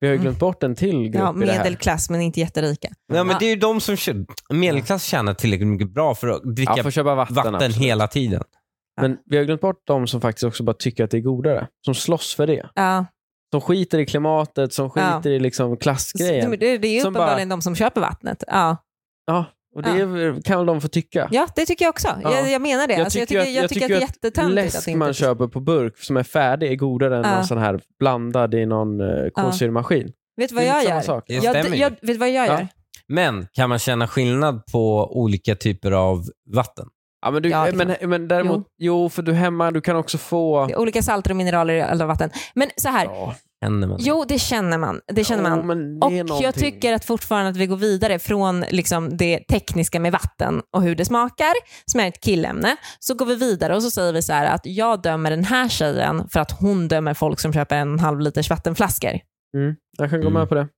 Speaker 2: Vi har ju glömt bort en till grupp
Speaker 1: Ja,
Speaker 2: i det här.
Speaker 1: medelklass, men inte jätterika.
Speaker 5: Ja, men
Speaker 1: Ja.
Speaker 5: det är ju de som kö- medelklass tjänar tillräckligt mycket bra för att dricka
Speaker 2: Ja, får köpa vatten.
Speaker 5: vatten
Speaker 2: absolut.
Speaker 5: hela tiden.
Speaker 2: Men vi har glömt bort de som faktiskt också bara tycker att det är godare. Som slåss för det.
Speaker 1: Ja.
Speaker 2: Som skiter i klimatet, som skiter i liksom klassgrejen.
Speaker 1: Det, det är ju
Speaker 2: Som bara-
Speaker 1: uppenbarligen de som köper vattnet. Ja.
Speaker 2: Ja, och det är- kan väl de få tycka.
Speaker 1: Ja, det tycker jag också.
Speaker 2: Ja.
Speaker 1: Jag, jag menar det. Jag alltså, tycker, jag, tycker, jag, tycker att det är jättetöntigt att
Speaker 2: läsk
Speaker 1: det
Speaker 2: man
Speaker 1: inte...
Speaker 2: köper på burk som är färdig är godare än
Speaker 1: Ja.
Speaker 2: någon sån här blandad i någon uh, kolsyremaskin.
Speaker 1: Vet du
Speaker 2: Det
Speaker 1: vad
Speaker 2: är
Speaker 1: jag
Speaker 2: lite
Speaker 1: gör?
Speaker 2: samma sak.
Speaker 5: Det
Speaker 1: Jag,
Speaker 5: stämmer ju.
Speaker 1: jag, vet du vad jag
Speaker 2: Ja.
Speaker 1: gör?
Speaker 5: Men kan man känna skillnad på olika typer av vatten?
Speaker 2: Ja, men, du,
Speaker 1: Ja, det
Speaker 2: men, men däremot, jo. för du hemma, du kan också få...
Speaker 1: Det är Olika salter och mineraler i alla vatten. Men så här,
Speaker 2: Ja.
Speaker 5: Känner man det?
Speaker 1: jo det känner man. Det känner
Speaker 2: Jo,
Speaker 1: man.
Speaker 2: men det
Speaker 1: Och
Speaker 2: är någonting.
Speaker 1: jag tycker att fortfarande att vi går vidare från liksom det tekniska med vatten och hur det smakar, som är ett killämne. Så går vi vidare och så säger vi så här att jag dömer den här tjejen för att hon dömer folk som köper en halv liters vattenflaskor.
Speaker 2: Jag kan gå
Speaker 5: Mm.
Speaker 2: med på det.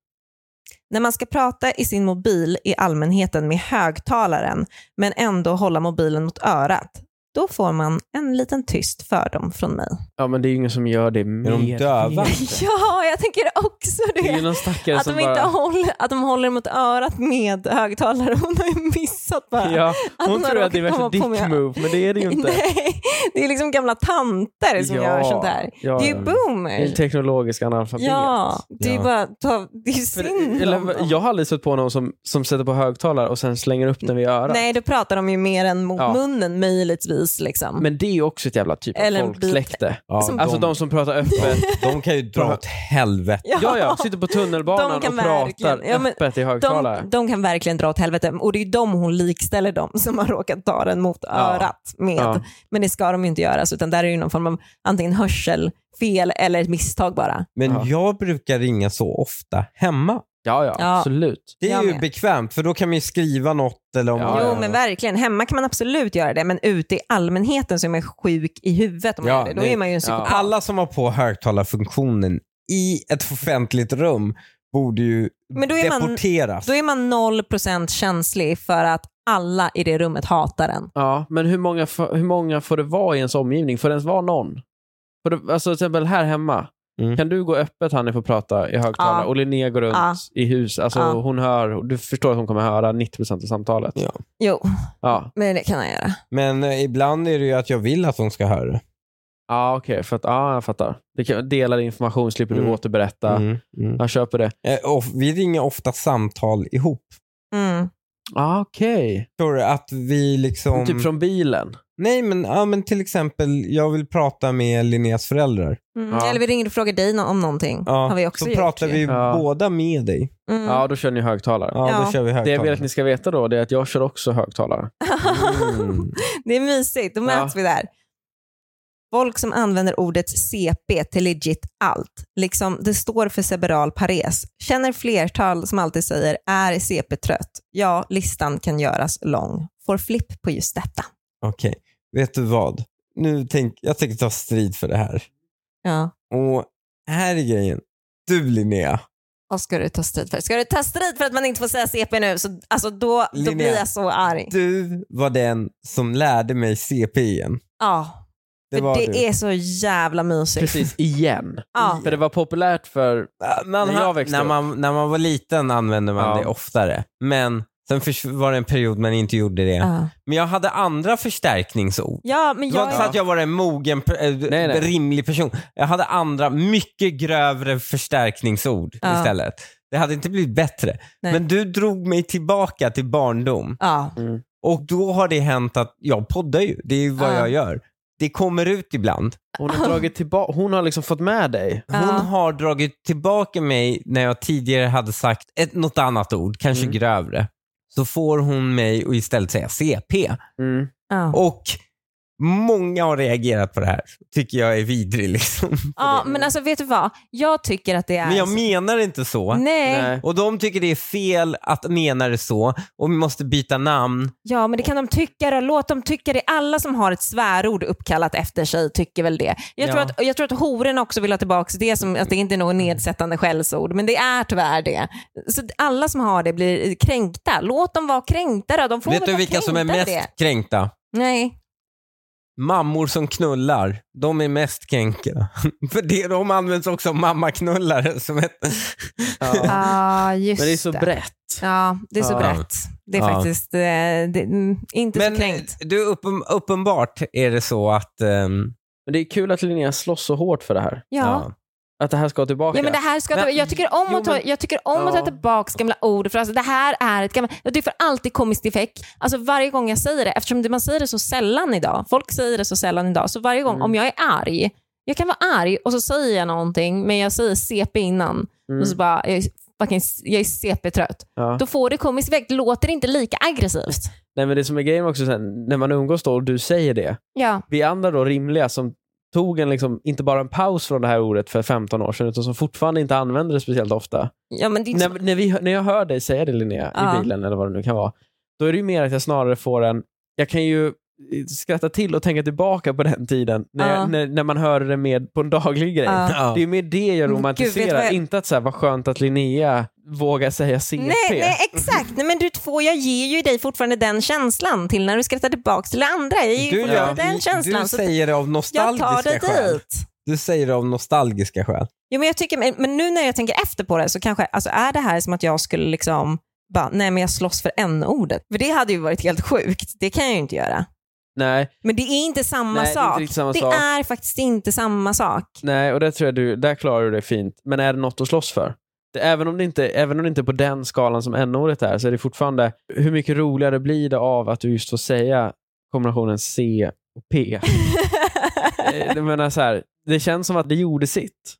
Speaker 1: När man ska prata i sin mobil i allmänheten med högtalaren, men ändå hålla mobilen mot örat, då får man en liten tyst fördom från mig.
Speaker 2: Ja, men det är ju ingen som gör det mer.
Speaker 5: de döva?
Speaker 1: Ja, jag tänker också
Speaker 2: Det är ju
Speaker 1: det.
Speaker 2: någon stackare
Speaker 1: Att
Speaker 2: som
Speaker 1: de, inte
Speaker 2: bara...
Speaker 1: håller, att de håller mot örat med högtalare. Hon har ju missat bara.
Speaker 2: Ja, hon
Speaker 1: hon har
Speaker 2: tror att det är
Speaker 1: råkat
Speaker 2: värsta
Speaker 1: komma på mig.
Speaker 2: dick-move, men det är det ju inte.
Speaker 1: Nej, det är liksom gamla tanter som
Speaker 2: Ja,
Speaker 1: gör sånt där.
Speaker 2: ja,
Speaker 1: det är ju
Speaker 2: ja. Det är en
Speaker 1: boomer.
Speaker 2: teknologisk analfabet.
Speaker 1: Ja, Mm. det är ju
Speaker 5: Ja.
Speaker 1: bara ta, det är ju
Speaker 2: För,
Speaker 1: synd om dem.
Speaker 2: eller, jag har aldrig sett på någon som, som sätter på högtalare och sen slänger upp den vid örat.
Speaker 1: Nej, då pratar de ju mer än mot
Speaker 2: Ja.
Speaker 1: munnen möjligtvis. Liksom.
Speaker 2: Men det är ju också ett jävla typ av
Speaker 1: Eller en
Speaker 2: folksläkte.
Speaker 5: Ja,
Speaker 1: Som-
Speaker 2: Alltså de som pratar öppet.
Speaker 5: de, de kan ju dra åt helvete.
Speaker 2: Ja, ja, sitter på tunnelbanan och
Speaker 1: De kan
Speaker 2: pratar
Speaker 1: verkligen- ja, men
Speaker 2: öppet i högtalare.
Speaker 1: De, de kan verkligen dra åt helvete och det är ju de hon likställer dem som har råkat ta den mot örat med.
Speaker 2: Ja.
Speaker 1: Men det ska de ju inte göra, så utan där är det ju någon form av antingen hörselfel eller ett misstag bara.
Speaker 5: Men
Speaker 2: Ja.
Speaker 5: jag brukar ringa så ofta hemma.
Speaker 2: Ja, ja,
Speaker 1: Ja.
Speaker 2: absolut.
Speaker 5: Det är
Speaker 1: Jag
Speaker 5: ju
Speaker 1: med.
Speaker 5: bekvämt för då kan man ju skriva något eller om
Speaker 2: Ja,
Speaker 5: man-
Speaker 1: jo men verkligen, hemma kan man absolut göra det, men ute i allmänheten så är man sjuk i huvudet om man
Speaker 5: Ja,
Speaker 1: gör det. Då
Speaker 5: nej.
Speaker 1: är man ju en psykopat.
Speaker 5: Alla som har på högtalarfunktionen i ett offentligt rum borde ju
Speaker 1: Men då är man-
Speaker 5: deporteras.
Speaker 1: Då är man 0% känslig för att alla i det rummet hatar en.
Speaker 2: Ja, men hur många, f- hur många får det vara i ens omgivning? Får det ens vara någon? Får det, alltså till exempel här hemma.
Speaker 5: Mm.
Speaker 2: Kan du gå öppet Hanif och prata i högtalare
Speaker 1: Ja.
Speaker 2: och Linnea går runt
Speaker 1: Ja.
Speaker 2: i hus. Alltså,
Speaker 1: Ja.
Speaker 2: hon hör, du förstår att hon kommer höra 90% av samtalet.
Speaker 5: Ja.
Speaker 1: Jo,
Speaker 2: Ja.
Speaker 1: men det kan jag göra.
Speaker 5: Men eh, ibland är det ju att jag vill att de ska höra det.
Speaker 2: Ja, okej. För att, ja, jag fattar. Det kan, delad information slipper du
Speaker 5: Mm.
Speaker 2: återberätta.
Speaker 5: Mm, mm.
Speaker 2: Jag köper det.
Speaker 5: Eh, Och vi ringer ofta samtal ihop.
Speaker 1: Mm.
Speaker 2: Ah, okej.
Speaker 5: Förstår du? Att vi liksom...
Speaker 2: Typ från bilen.
Speaker 1: Mm.
Speaker 5: Nej, men, ja, men till exempel, jag vill prata med Linneas föräldrar.
Speaker 1: Mm.
Speaker 2: Ja.
Speaker 1: Eller vi ringer och frågar dig no- om någonting.
Speaker 5: Ja,
Speaker 1: har vi också
Speaker 5: så
Speaker 1: gjort.
Speaker 5: pratar
Speaker 1: ju.
Speaker 5: vi
Speaker 2: Ja.
Speaker 5: båda med dig.
Speaker 1: Mm.
Speaker 2: Ja, då kör ni högtalare.
Speaker 5: Ja,
Speaker 1: Ja.
Speaker 5: då kör vi
Speaker 2: Det jag vill
Speaker 5: högtalare.
Speaker 2: att ni ska veta då det är att jag kör också högtalare.
Speaker 5: Mm.
Speaker 1: Det är mysigt, då möts vi där. Folk som använder ordet CP till legit allt, liksom det står för cerebral pares, känner flertal som alltid säger är CP-trött. Ja, listan kan göras lång. Får flipp på just detta.
Speaker 5: Okej, vet du vad? Nu tänk, jag tänker ta strid för det här.
Speaker 1: Ja.
Speaker 5: Och här är grejen. Du Linnea,
Speaker 1: Vad ska du ta strid för? Ska du ta strid för att man inte får säga CP nu? Så, alltså, då, då
Speaker 5: Linnea.
Speaker 1: blir jag så arg.
Speaker 5: du var den som lärde mig CP igen.
Speaker 1: Ja,
Speaker 5: Det
Speaker 1: för
Speaker 5: var
Speaker 1: det
Speaker 5: du.
Speaker 1: är så jävla mysigt.
Speaker 2: Precis, igen.
Speaker 1: Ja.
Speaker 2: För det var populärt för...
Speaker 5: Ja, Man,
Speaker 2: När jag växte
Speaker 5: Äh, när,
Speaker 2: upp.
Speaker 5: man, när man var liten använde man
Speaker 2: Ja.
Speaker 5: det oftare. Men sen förs- var det en period man inte gjorde det.
Speaker 1: Ja.
Speaker 5: Men jag hade andra förstärkningsord.
Speaker 1: Ja, men
Speaker 5: Det var
Speaker 1: jag
Speaker 5: inte så att jag var en mogen, per- eh,
Speaker 2: Nej, nej.
Speaker 5: rimlig person. Jag hade andra, mycket grövre förstärkningsord
Speaker 1: Ja.
Speaker 5: istället. Det hade inte blivit bättre.
Speaker 1: Nej.
Speaker 5: Men du drog mig tillbaka till barndom.
Speaker 1: Ja.
Speaker 5: Och då har det hänt att jag poddar ju. Det är ju vad
Speaker 1: Ja.
Speaker 5: jag gör. Det kommer ut ibland.
Speaker 2: Hon har, dragit tillba- hon har liksom fått med dig.
Speaker 5: Hon
Speaker 1: Ja.
Speaker 5: har dragit tillbaka mig när jag tidigare hade sagt ett, något annat ord, kanske
Speaker 2: Mm.
Speaker 5: grövre. Så får hon mig att istället säga CP.
Speaker 2: Mm.
Speaker 1: Ja.
Speaker 5: Och många har reagerat på det här. Tycker jag är vidrig liksom.
Speaker 1: Ja, men alltså vet du vad? Jag tycker att det är...
Speaker 5: Men jag
Speaker 1: så-
Speaker 5: menar inte så.
Speaker 1: alltså. Nej.
Speaker 2: Nej.
Speaker 5: Och de tycker det är fel att mena det så och vi måste byta namn.
Speaker 1: ja men det kan de tycka då. Låt dem tycka det. Alla som har ett svärord uppkallat efter sig tycker väl det. Jag, tror,
Speaker 5: Ja.
Speaker 1: att, och jag tror att horen också vill ha tillbaka det som att det inte är något nedsättande skällsord, men det är tyvärr det. Så att alla som har det blir kränkta. Låt dem vara kränkta då. De får
Speaker 5: Vet
Speaker 1: väl
Speaker 5: du
Speaker 1: vara
Speaker 5: vilka som är
Speaker 1: kränkta
Speaker 5: mest
Speaker 1: i Det.
Speaker 5: kränkta?
Speaker 1: Nej.
Speaker 5: Mammor som knullar, de är mest kränkta. För det, de används också som mammaknullare som ett...
Speaker 2: Ja.
Speaker 1: Ja, just
Speaker 2: Men det är så brett.
Speaker 1: Ja, det är så
Speaker 2: Ja.
Speaker 1: brett. Det är
Speaker 5: Ja.
Speaker 1: faktiskt eh, det, mm, inte
Speaker 5: Men
Speaker 1: så kränkt.
Speaker 5: eh, du, uppen, uppenbart är det så att... ehm,
Speaker 2: Men det är kul att Linnea slåss så hårt för det här.
Speaker 1: ja.
Speaker 2: Att det här ska tillbaka.
Speaker 1: Ja, men det här ska ta,
Speaker 5: Men-
Speaker 1: jag tycker om,
Speaker 2: jo,
Speaker 1: att, ta,
Speaker 2: men-
Speaker 1: jag tycker om att ta
Speaker 2: ja.
Speaker 1: tillbaka gamla ord och fraser. Det här är ett gammalt... Det får alltid komiskt effekt. Alltså varje gång jag säger det, eftersom det- man säger det så sällan idag. Folk säger det så sällan idag. Så varje gång,
Speaker 2: Mm.
Speaker 1: om jag är arg, jag kan vara arg och så säger jag någonting, men jag säger CP innan.
Speaker 2: Mm.
Speaker 1: Och så bara, jag är, fucking, jag är CP-trött.
Speaker 2: Ja.
Speaker 1: Då får det komiskt effekt. Det låter inte lika aggressivt.
Speaker 2: Nej, men det som är grejen också, sen, när man umgås då och du säger det.
Speaker 1: Ja.
Speaker 2: Vi andra då, rimliga, som tog en, liksom, inte bara en paus från det här ordet för 15 år sedan, utan som fortfarande inte använder det speciellt ofta.
Speaker 1: ja men det är inte
Speaker 2: när,
Speaker 1: så-
Speaker 2: när, vi, när jag hör dig säga det Linnea,
Speaker 1: Ja.
Speaker 2: i bilen eller vad det nu kan vara, då är det ju mer att jag snarare får en, jag kan ju eh, skratta till och tänka tillbaka på den tiden när,
Speaker 1: Ja.
Speaker 2: jag, när, när man hör det med på en daglig grej.
Speaker 1: Ja.
Speaker 5: Ja.
Speaker 2: Det är ju mer det jag
Speaker 1: Mm, Gud,
Speaker 2: romantiserar,
Speaker 1: vet du vad jag-
Speaker 2: inte att så här, vad skönt att Linnea vågar säga CP.
Speaker 1: Nej, nej exakt. Nej, men du två, jag ger ju dig fortfarande den känslan till när du skrattar tillbaka till andra. Jag ger ju
Speaker 5: Du,
Speaker 1: fortfarande
Speaker 5: gör-
Speaker 1: den känslan.
Speaker 5: du
Speaker 1: så
Speaker 5: säger det av
Speaker 1: jag tar
Speaker 5: nostalgiska
Speaker 1: dig
Speaker 5: skäl.
Speaker 1: dit.
Speaker 5: Du säger det av nostalgiska skäl.
Speaker 1: Jo, men, jag tycker, men- men nu när jag tänker efter på det så kanske, alltså är det här som att jag skulle liksom bara, nej men jag slåss för n-ordet. För det hade ju varit helt sjukt. Det kan jag ju inte göra.
Speaker 2: Nej,
Speaker 1: Men det är inte samma
Speaker 2: Nej, det är inte
Speaker 1: sak.
Speaker 2: riktigt samma
Speaker 1: det
Speaker 2: sak.
Speaker 1: är faktiskt inte samma sak.
Speaker 2: nej, och där tror jag du, där klarar du det fint. Men är det något att slåss för? Det, även, om det inte, även om det inte är på den skalan som n-ordet är, så är det fortfarande, hur mycket roligare blir det av att du just får säga kombinationen C och P? Eh, Jag menar så här, det känns som att det gjorde sitt.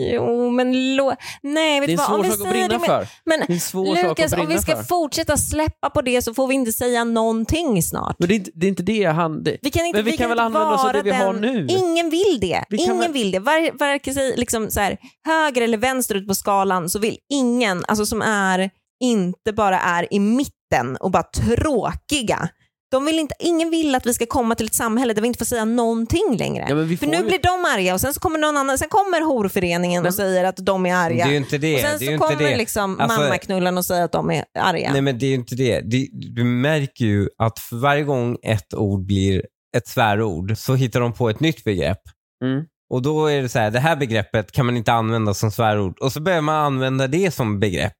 Speaker 1: jo, men lå... Nej, vet
Speaker 2: Det är
Speaker 1: du vad?
Speaker 2: en svår
Speaker 1: vi
Speaker 2: sak att
Speaker 1: säger
Speaker 2: brinna
Speaker 1: det med-
Speaker 2: för.
Speaker 1: Men
Speaker 2: Det är en svår sak
Speaker 1: Lukas,
Speaker 2: att
Speaker 1: om
Speaker 2: brinna
Speaker 1: vi ska
Speaker 2: för.
Speaker 1: fortsätta släppa på det så får vi inte säga någonting snart.
Speaker 2: Men det är inte det, är inte det han... Det,
Speaker 1: Vi kan inte,
Speaker 2: Men vi kan väl
Speaker 1: inte
Speaker 2: använda oss av
Speaker 1: vara
Speaker 2: det vi har nu?
Speaker 1: Ingen vill det.
Speaker 2: Vi kan
Speaker 1: ingen
Speaker 2: väl-
Speaker 1: vill det. Var, varken sig liksom så här, höger eller vänster ut på skalan så vill ingen, alltså som är inte bara är i mitten och bara tråkiga. De vill inte, ingen vill att vi ska komma till ett samhälle där vi inte får säga någonting längre.
Speaker 2: ja, men vi
Speaker 1: För
Speaker 2: får
Speaker 1: nu
Speaker 2: ju,
Speaker 1: blir de arga och sen så kommer någon annan, sen kommer horföreningen och säger att de är
Speaker 5: Det
Speaker 1: arga.
Speaker 5: är ju inte det.
Speaker 1: och sen
Speaker 5: det är
Speaker 1: så
Speaker 5: ju
Speaker 1: kommer
Speaker 5: inte det.
Speaker 1: liksom
Speaker 5: Alltså-
Speaker 1: mammaknullarna och säger att de är arga.
Speaker 5: Nej men det är ju inte det. det. Du märker ju att för varje gång ett ord blir ett svärord så hittar de på ett nytt begrepp.
Speaker 2: Mm.
Speaker 5: Och då är det så här, det här begreppet kan man inte använda som svärord. Och så börjar man använda Liksom, det som begrepp.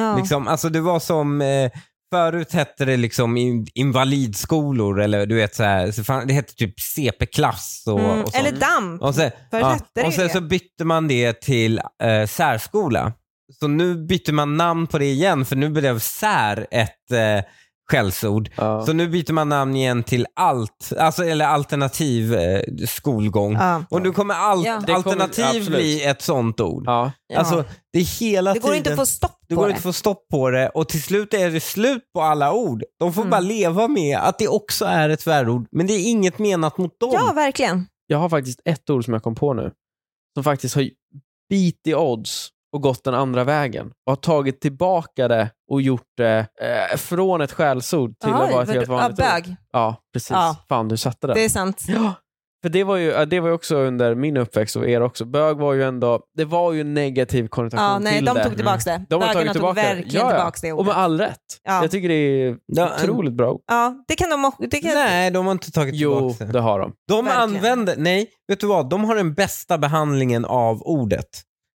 Speaker 1: ja.
Speaker 5: Liksom, alltså det var som eh, Förut hette det liksom in, invalidskolor eller du vet så här, så fan, det hette typ CP-klass och,
Speaker 1: Mm.
Speaker 5: och sånt.
Speaker 1: Eller damp.
Speaker 5: Och sen,
Speaker 1: Förut
Speaker 5: ja,
Speaker 1: hette det ju
Speaker 5: och sen
Speaker 1: det.
Speaker 5: så bytte man det till eh, särskola. Så nu bytte man namn på det igen för nu blev sär ett eh, skällsord.
Speaker 2: Ja.
Speaker 5: Så nu byter man namn igen till allt, alltså, eller alternativ eh, skolgång.
Speaker 1: Ja.
Speaker 5: Och nu kommer allt,
Speaker 1: Ja. Det
Speaker 2: kommer-
Speaker 5: alternativ
Speaker 2: absolut.
Speaker 5: bli ett sånt ord.
Speaker 2: Ja.
Speaker 1: Ja.
Speaker 5: Alltså, det är hela
Speaker 1: det går
Speaker 5: tiden...
Speaker 1: inte att få stopp
Speaker 5: Det
Speaker 1: på
Speaker 5: går
Speaker 1: det.
Speaker 5: inte att få stopp på det och till slut är det slut på alla ord. De får
Speaker 1: Mm.
Speaker 5: bara leva med att det också är ett svärord, men det är inget menat mot dem.
Speaker 1: Ja, verkligen.
Speaker 2: Jag har faktiskt ett ord som jag kom på nu, som faktiskt har bit i odds och gått den andra vägen. Och har tagit tillbaka det och gjort det eh, från ett skällsord till att vara ett
Speaker 1: för-
Speaker 2: helt vanligt
Speaker 1: ja,
Speaker 2: ord.
Speaker 1: bög.
Speaker 2: Ja, precis.
Speaker 1: Ja.
Speaker 2: Fan, du satte den.
Speaker 1: Det är sant.
Speaker 2: Ja, för det var ju ja, det var ju också under min uppväxt och er också. Bög var ju ändå, det var ju en negativ konnotation
Speaker 1: Ja, nej,
Speaker 2: till
Speaker 1: de
Speaker 2: det.
Speaker 1: tog tillbaka det.
Speaker 2: De har
Speaker 1: Bögarna
Speaker 2: tagit
Speaker 1: tog
Speaker 2: tillbaka det.
Speaker 1: verkligen
Speaker 2: Ja, ja.
Speaker 1: tillbaka det
Speaker 2: Och
Speaker 1: ordet.
Speaker 2: med all rätt.
Speaker 1: Ja.
Speaker 2: Jag tycker det är
Speaker 5: Ja,
Speaker 2: otroligt bra.
Speaker 1: Ja, det kan de också. Det kan...
Speaker 5: Nej, de har inte tagit
Speaker 2: Jo,
Speaker 5: tillbaka det.
Speaker 2: det har de.
Speaker 5: De
Speaker 1: Verkligen.
Speaker 5: använder, nej, vet du vad? De har den bästa behandlingen av ordet.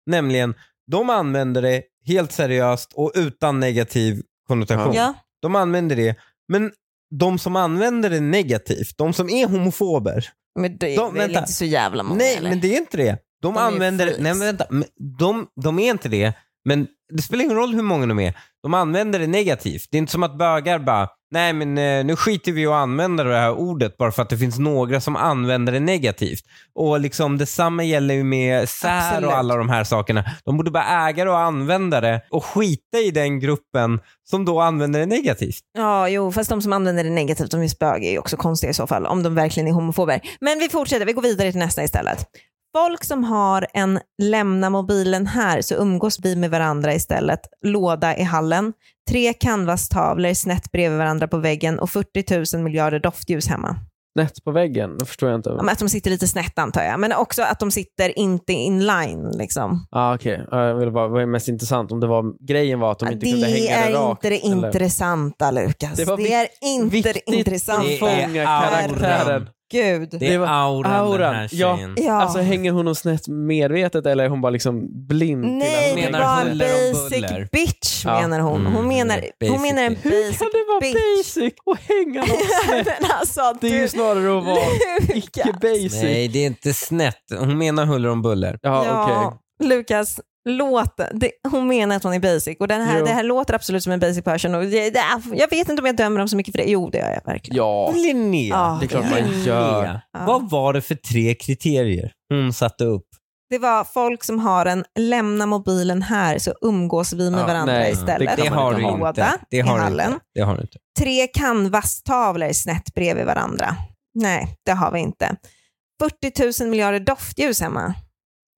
Speaker 5: Nämligen, de använder det helt seriöst och utan negativ konnotation.
Speaker 1: Ja.
Speaker 5: De använder det, men de som använder det negativt, de som är homofober,
Speaker 1: Men det är
Speaker 5: De-
Speaker 1: väl
Speaker 5: vänta.
Speaker 1: inte så jävla många
Speaker 5: Nej,
Speaker 1: eller?
Speaker 5: men det är inte det. De,
Speaker 1: De är
Speaker 5: använder... Nej,
Speaker 1: freaks.
Speaker 5: men vänta. Men De, de är inte det, men det spelar ingen roll hur många de är. De använder det negativt. Det är inte som att bögar bara, nej men eh, nu skiter vi i att använda det här ordet bara för att det finns några som använder det negativt. Och liksom detsamma gäller ju med sär
Speaker 1: Absolut.
Speaker 5: och alla de här sakerna. De borde bara äga det och använda det och skita i den gruppen som då använder det negativt.
Speaker 1: Ja, jo, fast de som använder det negativt, de är spög, är ju också konstiga i så fall, om de verkligen är homofober. Men vi fortsätter, vi går vidare till nästa istället. Folk som har en lämna mobilen här så umgås vi med varandra istället. Låda i hallen, tre canvas-tavlor snett bredvid varandra på väggen och 40 000 miljarder doftljus hemma.
Speaker 2: Nätt på väggen, det förstår jag inte.
Speaker 1: Ja, men Att de sitter lite snett antar jag, men också att de sitter inte in line. Liksom.
Speaker 2: Ah, okay. Ja, Jag ville bara, vad är mest intressant? Om det var, grejen var att de inte
Speaker 1: det
Speaker 2: kunde hänga
Speaker 1: är
Speaker 2: den rakt.
Speaker 1: inte det
Speaker 2: eller?
Speaker 1: intressanta Lukas.
Speaker 2: Det
Speaker 1: Det,
Speaker 2: var vik-
Speaker 1: är inte
Speaker 2: viktigt
Speaker 1: det intressanta.
Speaker 2: att fånga karaktären.
Speaker 1: Gud.
Speaker 5: Det
Speaker 2: Det
Speaker 5: är
Speaker 2: var
Speaker 5: auran,
Speaker 2: auran.
Speaker 5: den här
Speaker 2: Ja.
Speaker 5: tjejen.
Speaker 1: Ja.
Speaker 2: Alltså hänger hon och snett medvetet eller är hon bara liksom blind? till att
Speaker 1: Nej,
Speaker 2: hon
Speaker 1: det
Speaker 2: hänger
Speaker 5: menar
Speaker 1: var
Speaker 2: snett?
Speaker 1: en
Speaker 5: Mm, buller om buller.
Speaker 1: basic bitch
Speaker 2: Ja.
Speaker 1: menar hon. Hon
Speaker 5: Mm,
Speaker 1: menar, hon
Speaker 5: basic
Speaker 1: menar en
Speaker 5: bitch.
Speaker 2: Hur
Speaker 1: basic
Speaker 2: kan det vara
Speaker 1: bitch.
Speaker 2: basic och hänga någon snett?
Speaker 1: Men alltså
Speaker 2: Det är ju
Speaker 1: du,
Speaker 2: snarare att vara icke
Speaker 1: Lukas.
Speaker 2: basic.
Speaker 5: Nej, det är inte snett. Hon menar huller om buller.
Speaker 2: Ja, okej.
Speaker 1: Ja, Lukas, låt, det, hon menar att hon är basic och den här,
Speaker 2: Jo.
Speaker 1: det här låter absolut som en basic person. Och det, det, jag vet inte om jag dömer dem så mycket för det. Jo, det gör jag verkligen.
Speaker 2: Ja,
Speaker 5: Linnea.
Speaker 1: Ja,
Speaker 2: det är klart man gör.
Speaker 5: Linnea,
Speaker 1: Ja.
Speaker 5: Vad var det för tre kriterier hon satte upp?
Speaker 1: Det var folk som har en lämna mobilen här så umgås vi med
Speaker 2: Ja,
Speaker 1: varandra
Speaker 2: nej,
Speaker 1: istället.
Speaker 2: det
Speaker 5: Det
Speaker 2: kan man
Speaker 5: har
Speaker 2: inte
Speaker 5: du
Speaker 2: ha.
Speaker 5: inte.
Speaker 1: Båda
Speaker 5: Det har
Speaker 1: i
Speaker 5: du
Speaker 1: hallen.
Speaker 5: inte. Det har du inte.
Speaker 1: Tre canvas-tavlor snett bredvid varandra. Nej, det har vi inte. 40 000 miljarder doftljus hemma.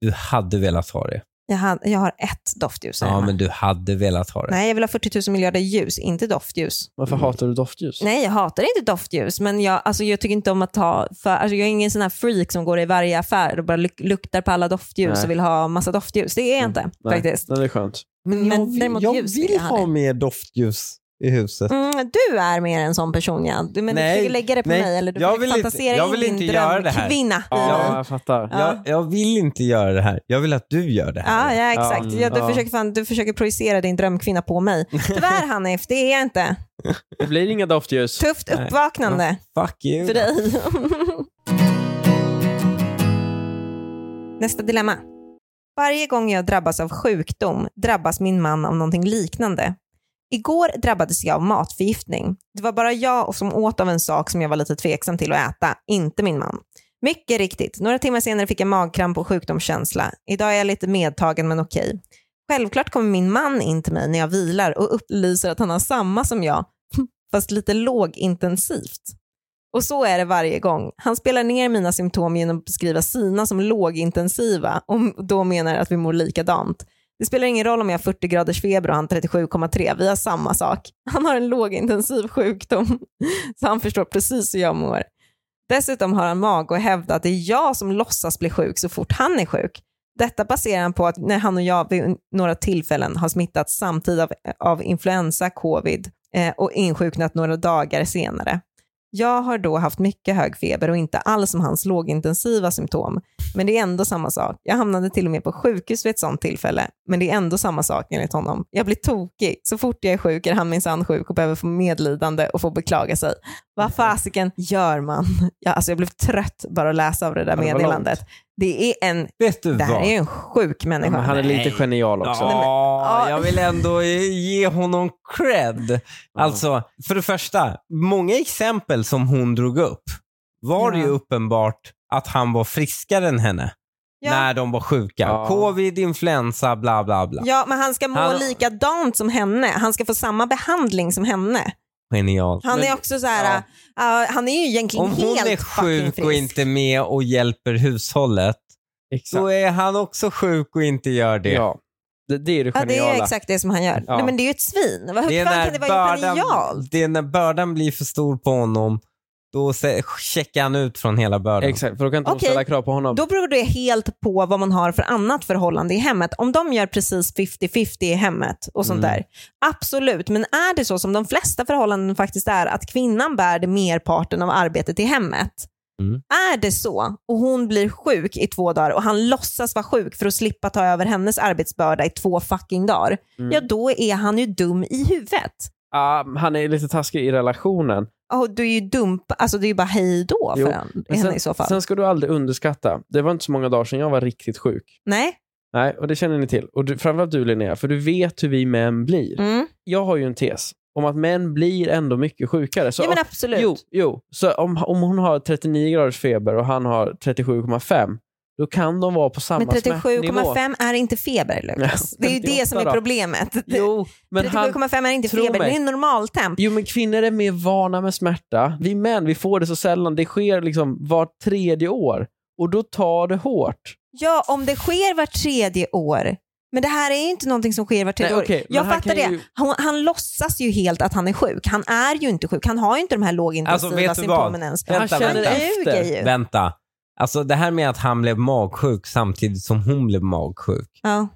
Speaker 5: Du hade velat ha det.
Speaker 1: Jag har, jag har ett doftljus hemma.
Speaker 5: Ja, men du hade velat ha det.
Speaker 1: Nej, jag vill ha 40 000 miljarder ljus, inte doftljus.
Speaker 2: Varför hatar du doftljus?
Speaker 1: Nej, jag hatar inte doftljus, men jag, alltså, jag tycker inte om att ta... För, alltså, jag är ingen sån här freak som går i varje affär och bara luk- luktar på alla doftljus
Speaker 2: Nej.
Speaker 1: och vill ha massa doftljus. Det är
Speaker 5: Mm,
Speaker 1: jag inte
Speaker 2: Nej,
Speaker 1: faktiskt.
Speaker 2: nej, det är skönt.
Speaker 5: Men
Speaker 1: Men
Speaker 5: jag vill,
Speaker 1: däremot
Speaker 5: jag
Speaker 1: ljus
Speaker 5: vill
Speaker 1: vill jag ha
Speaker 5: ha
Speaker 1: det.
Speaker 5: mer doftljus i huset.
Speaker 1: Mm, du är mer en sån person, ja. Du, men
Speaker 5: Nej,
Speaker 1: du försöker lägga det på
Speaker 5: nej,
Speaker 1: mig eller du
Speaker 5: jag
Speaker 1: försöker
Speaker 5: vill inte-
Speaker 1: fantisera
Speaker 5: jag
Speaker 1: in
Speaker 5: vill
Speaker 1: din
Speaker 5: inte göra det här.
Speaker 1: drömkvinna i
Speaker 2: Ja,
Speaker 1: mig.
Speaker 2: jag fattar.
Speaker 1: Ja.
Speaker 5: Jag, jag vill inte göra det här. Jag vill att du gör det
Speaker 1: Ja,
Speaker 5: här.
Speaker 1: ja exakt.
Speaker 5: mm,
Speaker 2: Ja,
Speaker 1: ja, du,
Speaker 2: ja.
Speaker 1: Försöker fan, du försöker projicera din drömkvinna på mig. Tyvärr Hanif, det är jag inte.
Speaker 2: Det blir inga doftljus.
Speaker 1: Tufft
Speaker 5: Nej.
Speaker 1: uppvaknande
Speaker 5: Fuck you.
Speaker 1: för dig. Nästa dilemma. Varje gång jag drabbas av sjukdom drabbas min man av någonting liknande. Igår drabbades jag av matförgiftning. Det var bara jag som åt av en sak som jag var lite tveksam till att äta, inte min man. Mycket riktigt, några timmar senare fick jag magkramp och sjukdomskänsla. Idag är jag lite medtagen men okej. Självklart kommer min man in till mig när jag vilar och upplyser att han har samma som jag, fast lite lågintensivt. Och så är det varje gång. Han spelar ner mina symptom genom att beskriva sina som lågintensiva och då menar att vi mår likadant. Det spelar ingen roll om jag har 40 graders feber och han 37,3. Vi har samma sak. Han har en lågintensiv sjukdom, så han förstår precis hur jag mår. Dessutom har han mag att hävda att det är jag som låtsas bli sjuk så fort han är sjuk. Detta baserar han på att när han och jag vid några tillfällen har smittats samtidigt av, av influensa, covid eh, och insjuknat några dagar senare. Jag har då haft mycket hög feber och inte alls som hans lågintensiva symptom. Men det är ändå samma sak. Jag hamnade till och med på sjukhus vid ett sånt tillfälle. Men det är ändå samma sak enligt honom. Jag blir tokig. Så fort jag är sjuk är han minsann sjuk och behöver få medlidande och få beklaga sig. Vad fasiken gör man? Jag, alltså jag blev trött bara att läsa av det där
Speaker 2: det var
Speaker 1: meddelandet. Det är en...
Speaker 5: Vet du
Speaker 1: Det här
Speaker 5: vad?
Speaker 1: är ju en sjuk människa.
Speaker 2: Men han är lite
Speaker 5: Nej.
Speaker 2: genial också.
Speaker 5: Ja,
Speaker 1: ja.
Speaker 5: jag vill ändå ge honom cred. Alltså, för det första, många exempel som hon drog upp var det ju
Speaker 1: Ja.
Speaker 5: uppenbart att han var friskare än henne
Speaker 1: Ja.
Speaker 5: när de var sjuka.
Speaker 2: Ja.
Speaker 5: Covid, influensa, bla bla bla.
Speaker 1: Ja, men han ska må
Speaker 5: Han-
Speaker 1: likadant som henne. Han ska få samma behandling som henne.
Speaker 5: Genialt.
Speaker 1: Han
Speaker 2: Men-
Speaker 1: är också så här, äh, han är ju egentligen
Speaker 5: Om hon
Speaker 1: helt
Speaker 5: är
Speaker 1: fucking
Speaker 5: sjuk
Speaker 1: frisk.
Speaker 5: och inte med och hjälper hushållet,
Speaker 2: Exakt.
Speaker 5: så är han också sjuk och inte gör det.
Speaker 2: Ja. Det, det är det
Speaker 1: Ja, det är ju
Speaker 2: geniala.
Speaker 1: exakt det som han gör.
Speaker 2: Ja.
Speaker 1: Nej, men det är ju ett svin. Vad
Speaker 5: Det
Speaker 1: hur
Speaker 5: är,
Speaker 1: fan kan det
Speaker 5: när
Speaker 1: vara
Speaker 5: bördan,
Speaker 1: imperialt?
Speaker 5: det är när bördan blir för stor på honom, då se- checkar han ut från hela bördan.
Speaker 2: Exakt, för då kan inte de
Speaker 1: Okej.
Speaker 2: ställa krav på honom.
Speaker 1: Då beror det helt på vad man har för annat förhållande i hemmet. Om de gör precis 50-50 i hemmet och sånt
Speaker 5: Mm.
Speaker 1: där, absolut. Men är det så som de flesta förhållanden faktiskt är, att kvinnan bär det merparten av arbetet i hemmet,
Speaker 5: Mm.
Speaker 1: är det så och hon blir sjuk i två dagar och han låtsas vara sjuk för att slippa ta över hennes arbetsbörda i två fucking dagar,
Speaker 2: Mm.
Speaker 1: ja då är han ju dum i huvudet.
Speaker 2: Ah, han är lite taskig i relationen.
Speaker 1: Oh, du är ju dum, alltså det är ju bara hej då för
Speaker 2: Jo,
Speaker 1: han,
Speaker 2: Men
Speaker 1: henne
Speaker 2: sen,
Speaker 1: i så fall.
Speaker 2: sen ska du aldrig underskatta. Det var inte så många dagar sedan jag var riktigt sjuk.
Speaker 1: Nej?
Speaker 2: Nej, och det känner ni till. Och du, framförallt du Linnea, för du vet hur vi män blir.
Speaker 1: Mm.
Speaker 2: Jag har ju en tes om att män blir ändå mycket sjukare. Så
Speaker 1: Ja men absolut.
Speaker 2: Jo, jo. Så om, om hon har 39 graders feber och han har 37,5, då kan de vara på samma
Speaker 1: Men
Speaker 2: smärtnivå.
Speaker 1: 37,5 är inte feber Lukas.
Speaker 2: Ja,
Speaker 1: det är ju det som
Speaker 2: 58
Speaker 1: är
Speaker 2: då.
Speaker 1: problemet.
Speaker 2: Jo, men han,
Speaker 1: 37,5 är inte
Speaker 2: tro
Speaker 1: feber,
Speaker 2: mig.
Speaker 1: det är normaltemp.
Speaker 2: Jo men kvinnor är mer vana med smärta. Vi män, vi får det så sällan. Det sker liksom vart tredje år. Och då tar det hårt.
Speaker 1: Ja, om det sker vart tredje år. Men det här är ju inte någonting som sker vart tredje
Speaker 2: Nej,
Speaker 1: år.
Speaker 2: okej, men
Speaker 1: Jag
Speaker 2: han
Speaker 1: fattar det.
Speaker 2: kan ju-
Speaker 1: Han, han låtsas ju helt att han är sjuk. Han är ju inte sjuk. Han har ju inte de här
Speaker 5: Alltså,
Speaker 1: lågintensiva
Speaker 5: vet du vad?
Speaker 1: symptomen ens.
Speaker 5: Vänta,
Speaker 2: han känner
Speaker 5: vänta.
Speaker 1: ljuger ju.
Speaker 2: efter.
Speaker 5: Vänta. Alltså det här med att han blev magsjuk samtidigt som hon blev magsjuk.
Speaker 1: Ja.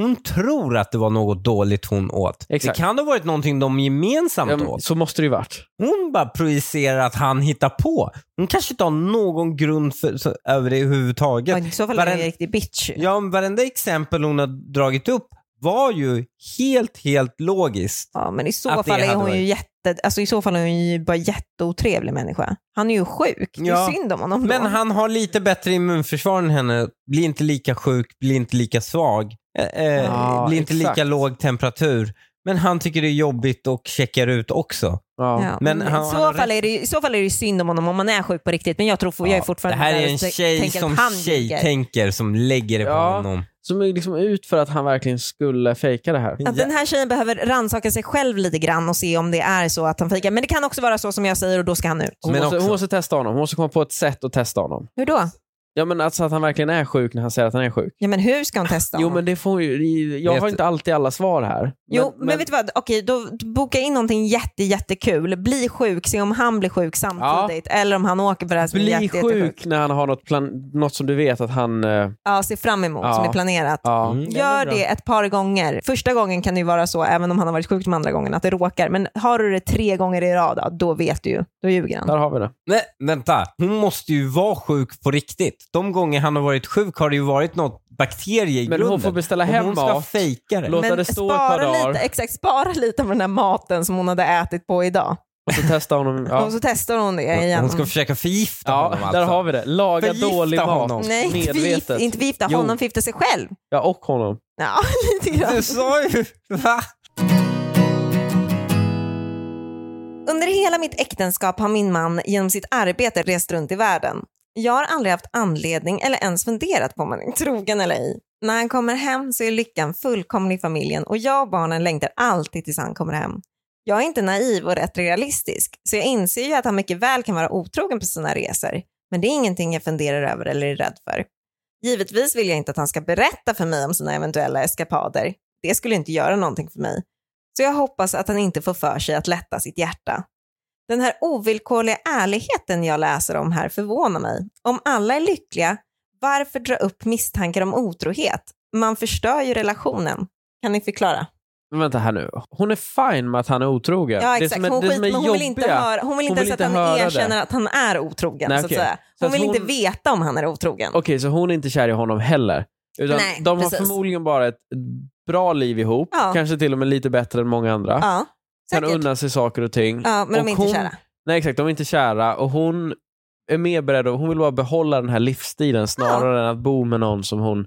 Speaker 5: Hon tror att det var något dåligt hon åt.
Speaker 2: Exakt.
Speaker 5: Det kan ha varit någonting de gemensamt
Speaker 2: Ja, men
Speaker 5: åt.
Speaker 2: Ehm, Så måste det ju varit.
Speaker 5: Hon bara projicerar att han hittar på. Hon kanske inte har någon grund för, så, över det
Speaker 1: Ja,
Speaker 5: överhuvudtaget.
Speaker 1: I så fall är det en
Speaker 5: Varen-
Speaker 1: riktig bitch.
Speaker 5: Ja, men varenda exempel hon har dragit upp var ju helt, helt logiskt.
Speaker 1: Ja, men i så
Speaker 5: Att det
Speaker 1: fall är
Speaker 5: hade
Speaker 1: hon ju
Speaker 5: varit-
Speaker 1: jätte, alltså i så fall är hon ju bara jätteotrevlig människa. Han är ju sjuk. Det är
Speaker 5: Ja.
Speaker 1: synd om honom
Speaker 5: Men
Speaker 1: då.
Speaker 5: han har lite bättre immunförsvar än henne. Blir inte lika sjuk, blir inte lika svag. Eh, eh,
Speaker 2: Ja,
Speaker 5: blir inte
Speaker 2: exakt.
Speaker 5: lika låg temperatur. Men han tycker det är jobbigt och checkar ut också.
Speaker 2: Ja.
Speaker 1: Ja,
Speaker 5: men
Speaker 1: men
Speaker 5: han-
Speaker 1: i,
Speaker 5: han har
Speaker 1: så fall är det, ju- I så fall är det ju synd om honom om man är sjuk på riktigt. Men jag tror jag är
Speaker 5: Ja,
Speaker 1: fortfarande
Speaker 5: det här
Speaker 1: där
Speaker 5: är
Speaker 1: och
Speaker 5: en
Speaker 1: t-
Speaker 5: tjej
Speaker 1: tänker att
Speaker 5: som
Speaker 1: han
Speaker 5: tjej
Speaker 1: ljuger.
Speaker 5: tänker som lägger det på
Speaker 2: Ja.
Speaker 5: honom.
Speaker 2: Som är liksom ut för att han verkligen skulle fejka det här.
Speaker 1: Att den här tjejen behöver rannsaka sig själv lite grann och se om det är så att han fejkar. Men det kan också vara så som jag säger och då ska han ut.
Speaker 2: Hon,
Speaker 5: Men
Speaker 2: måste,
Speaker 5: också-
Speaker 2: hon måste testa honom. Hon måste komma på ett sätt att testa honom.
Speaker 1: Hur då?
Speaker 2: Ja men alltså att han verkligen är sjuk när han säger att han är sjuk.
Speaker 1: Ja men hur ska hon testa
Speaker 2: Jo
Speaker 1: honom?
Speaker 2: men det får ju, jag
Speaker 5: Vet-
Speaker 2: har inte alltid alla svar här.
Speaker 1: Jo, men, vet du vad? Okej, då boka in någonting jätte, jättekul. Bli sjuk, se om han blir sjuk samtidigt eller om han åker på det här som är
Speaker 2: Bli
Speaker 1: jätte, jättesjuk.
Speaker 2: sjuk när han har något, plan, något som du vet att han... eh,
Speaker 1: Ja, se fram emot som
Speaker 2: Ja.
Speaker 1: är planerat.
Speaker 2: Ja.
Speaker 5: Mm, den är
Speaker 1: Gör
Speaker 5: bra.
Speaker 1: det ett par gånger. Första gången kan det ju vara så, även om han har varit sjuk de andra gångerna, att det råkar. Men har du det tre gånger i rad, ja, då vet du ju. Då ljuger han.
Speaker 2: Där har vi det.
Speaker 5: Nej, vänta. Hon måste ju vara sjuk på riktigt. De gånger han har varit sjuk har det ju varit något bakterie i
Speaker 2: Men
Speaker 5: grunden.
Speaker 2: hon får beställa
Speaker 5: Och
Speaker 2: hem
Speaker 5: Hon ska
Speaker 2: mat.
Speaker 5: fejka det.
Speaker 2: Låt- låta
Speaker 1: Men
Speaker 2: det stå ett par
Speaker 1: spara
Speaker 2: dagar.
Speaker 1: lite, exakt, spara lite av den där maten som hon hade ätit på idag.
Speaker 2: Och så testar honom. Ja,
Speaker 1: Och så testar hon det igen.
Speaker 5: Hon ska försöka förgifta
Speaker 2: ja
Speaker 5: honom alltså.
Speaker 2: där har vi det. Laga
Speaker 5: Förgifta
Speaker 2: dålig mat.
Speaker 5: honom.
Speaker 1: Nej, inte förgifta,
Speaker 2: medvetet.
Speaker 1: inte förgifta
Speaker 2: Jo.
Speaker 1: honom, förgifta sig själv.
Speaker 2: Ja, och honom.
Speaker 1: Ja, lite grann.
Speaker 5: Du sa ju... Va?
Speaker 1: Under hela mitt äktenskap har min man genom sitt arbete rest runt i världen. Jag har aldrig haft anledning eller ens funderat på om han är trogen eller ej. När han kommer hem så är lyckan fullkomlig i familjen och jag och barnen längtar alltid tills han kommer hem. Jag är inte naiv och rätt realistisk, så jag inser ju att han mycket väl kan vara otrogen på sina resor. Men det är ingenting jag funderar över eller är rädd för. Givetvis vill jag inte att han ska berätta för mig om sina eventuella eskapader. Det skulle inte göra någonting för mig så jag hoppas att han inte får för sig att lätta sitt hjärta. Den här ovillkorliga ärligheten jag läser om här förvånar mig. Om alla är lyckliga, varför dra upp misstankar om otrohet? Man förstör ju relationen. Kan ni förklara?
Speaker 2: Men vänta här nu. Hon är fine med att han är otrogen.
Speaker 1: Ja,
Speaker 2: Det
Speaker 1: exakt.
Speaker 2: som är,
Speaker 1: hon,
Speaker 2: det
Speaker 1: skit,
Speaker 2: som är
Speaker 1: men hon vill inte,
Speaker 2: jobbiga-
Speaker 1: höra, hon vill
Speaker 2: hon
Speaker 1: inte ens
Speaker 2: vill inte
Speaker 1: att han
Speaker 2: höra
Speaker 1: erkänner
Speaker 2: det.
Speaker 1: att han är otrogen.
Speaker 2: Nej,
Speaker 1: så att
Speaker 2: okej.
Speaker 1: säga. Hon
Speaker 2: Så att
Speaker 1: vill
Speaker 2: hon-
Speaker 1: inte veta om han är otrogen.
Speaker 2: Okej, så hon är inte kär i honom heller. Utan
Speaker 1: Nej,
Speaker 2: de har
Speaker 1: precis.
Speaker 2: förmodligen bara ett bra liv ihop,
Speaker 1: Ja.
Speaker 2: kanske till och med lite bättre än många andra.
Speaker 1: ja,
Speaker 2: kan
Speaker 1: säkert.
Speaker 2: unna sig saker och ting.
Speaker 1: ja, men de är
Speaker 2: Och
Speaker 1: inte
Speaker 2: hon-
Speaker 1: kära.
Speaker 2: Nej exakt, de är inte kära och hon är mer beredd, och hon vill bara behålla den här livsstilen snarare än att bo med någon som hon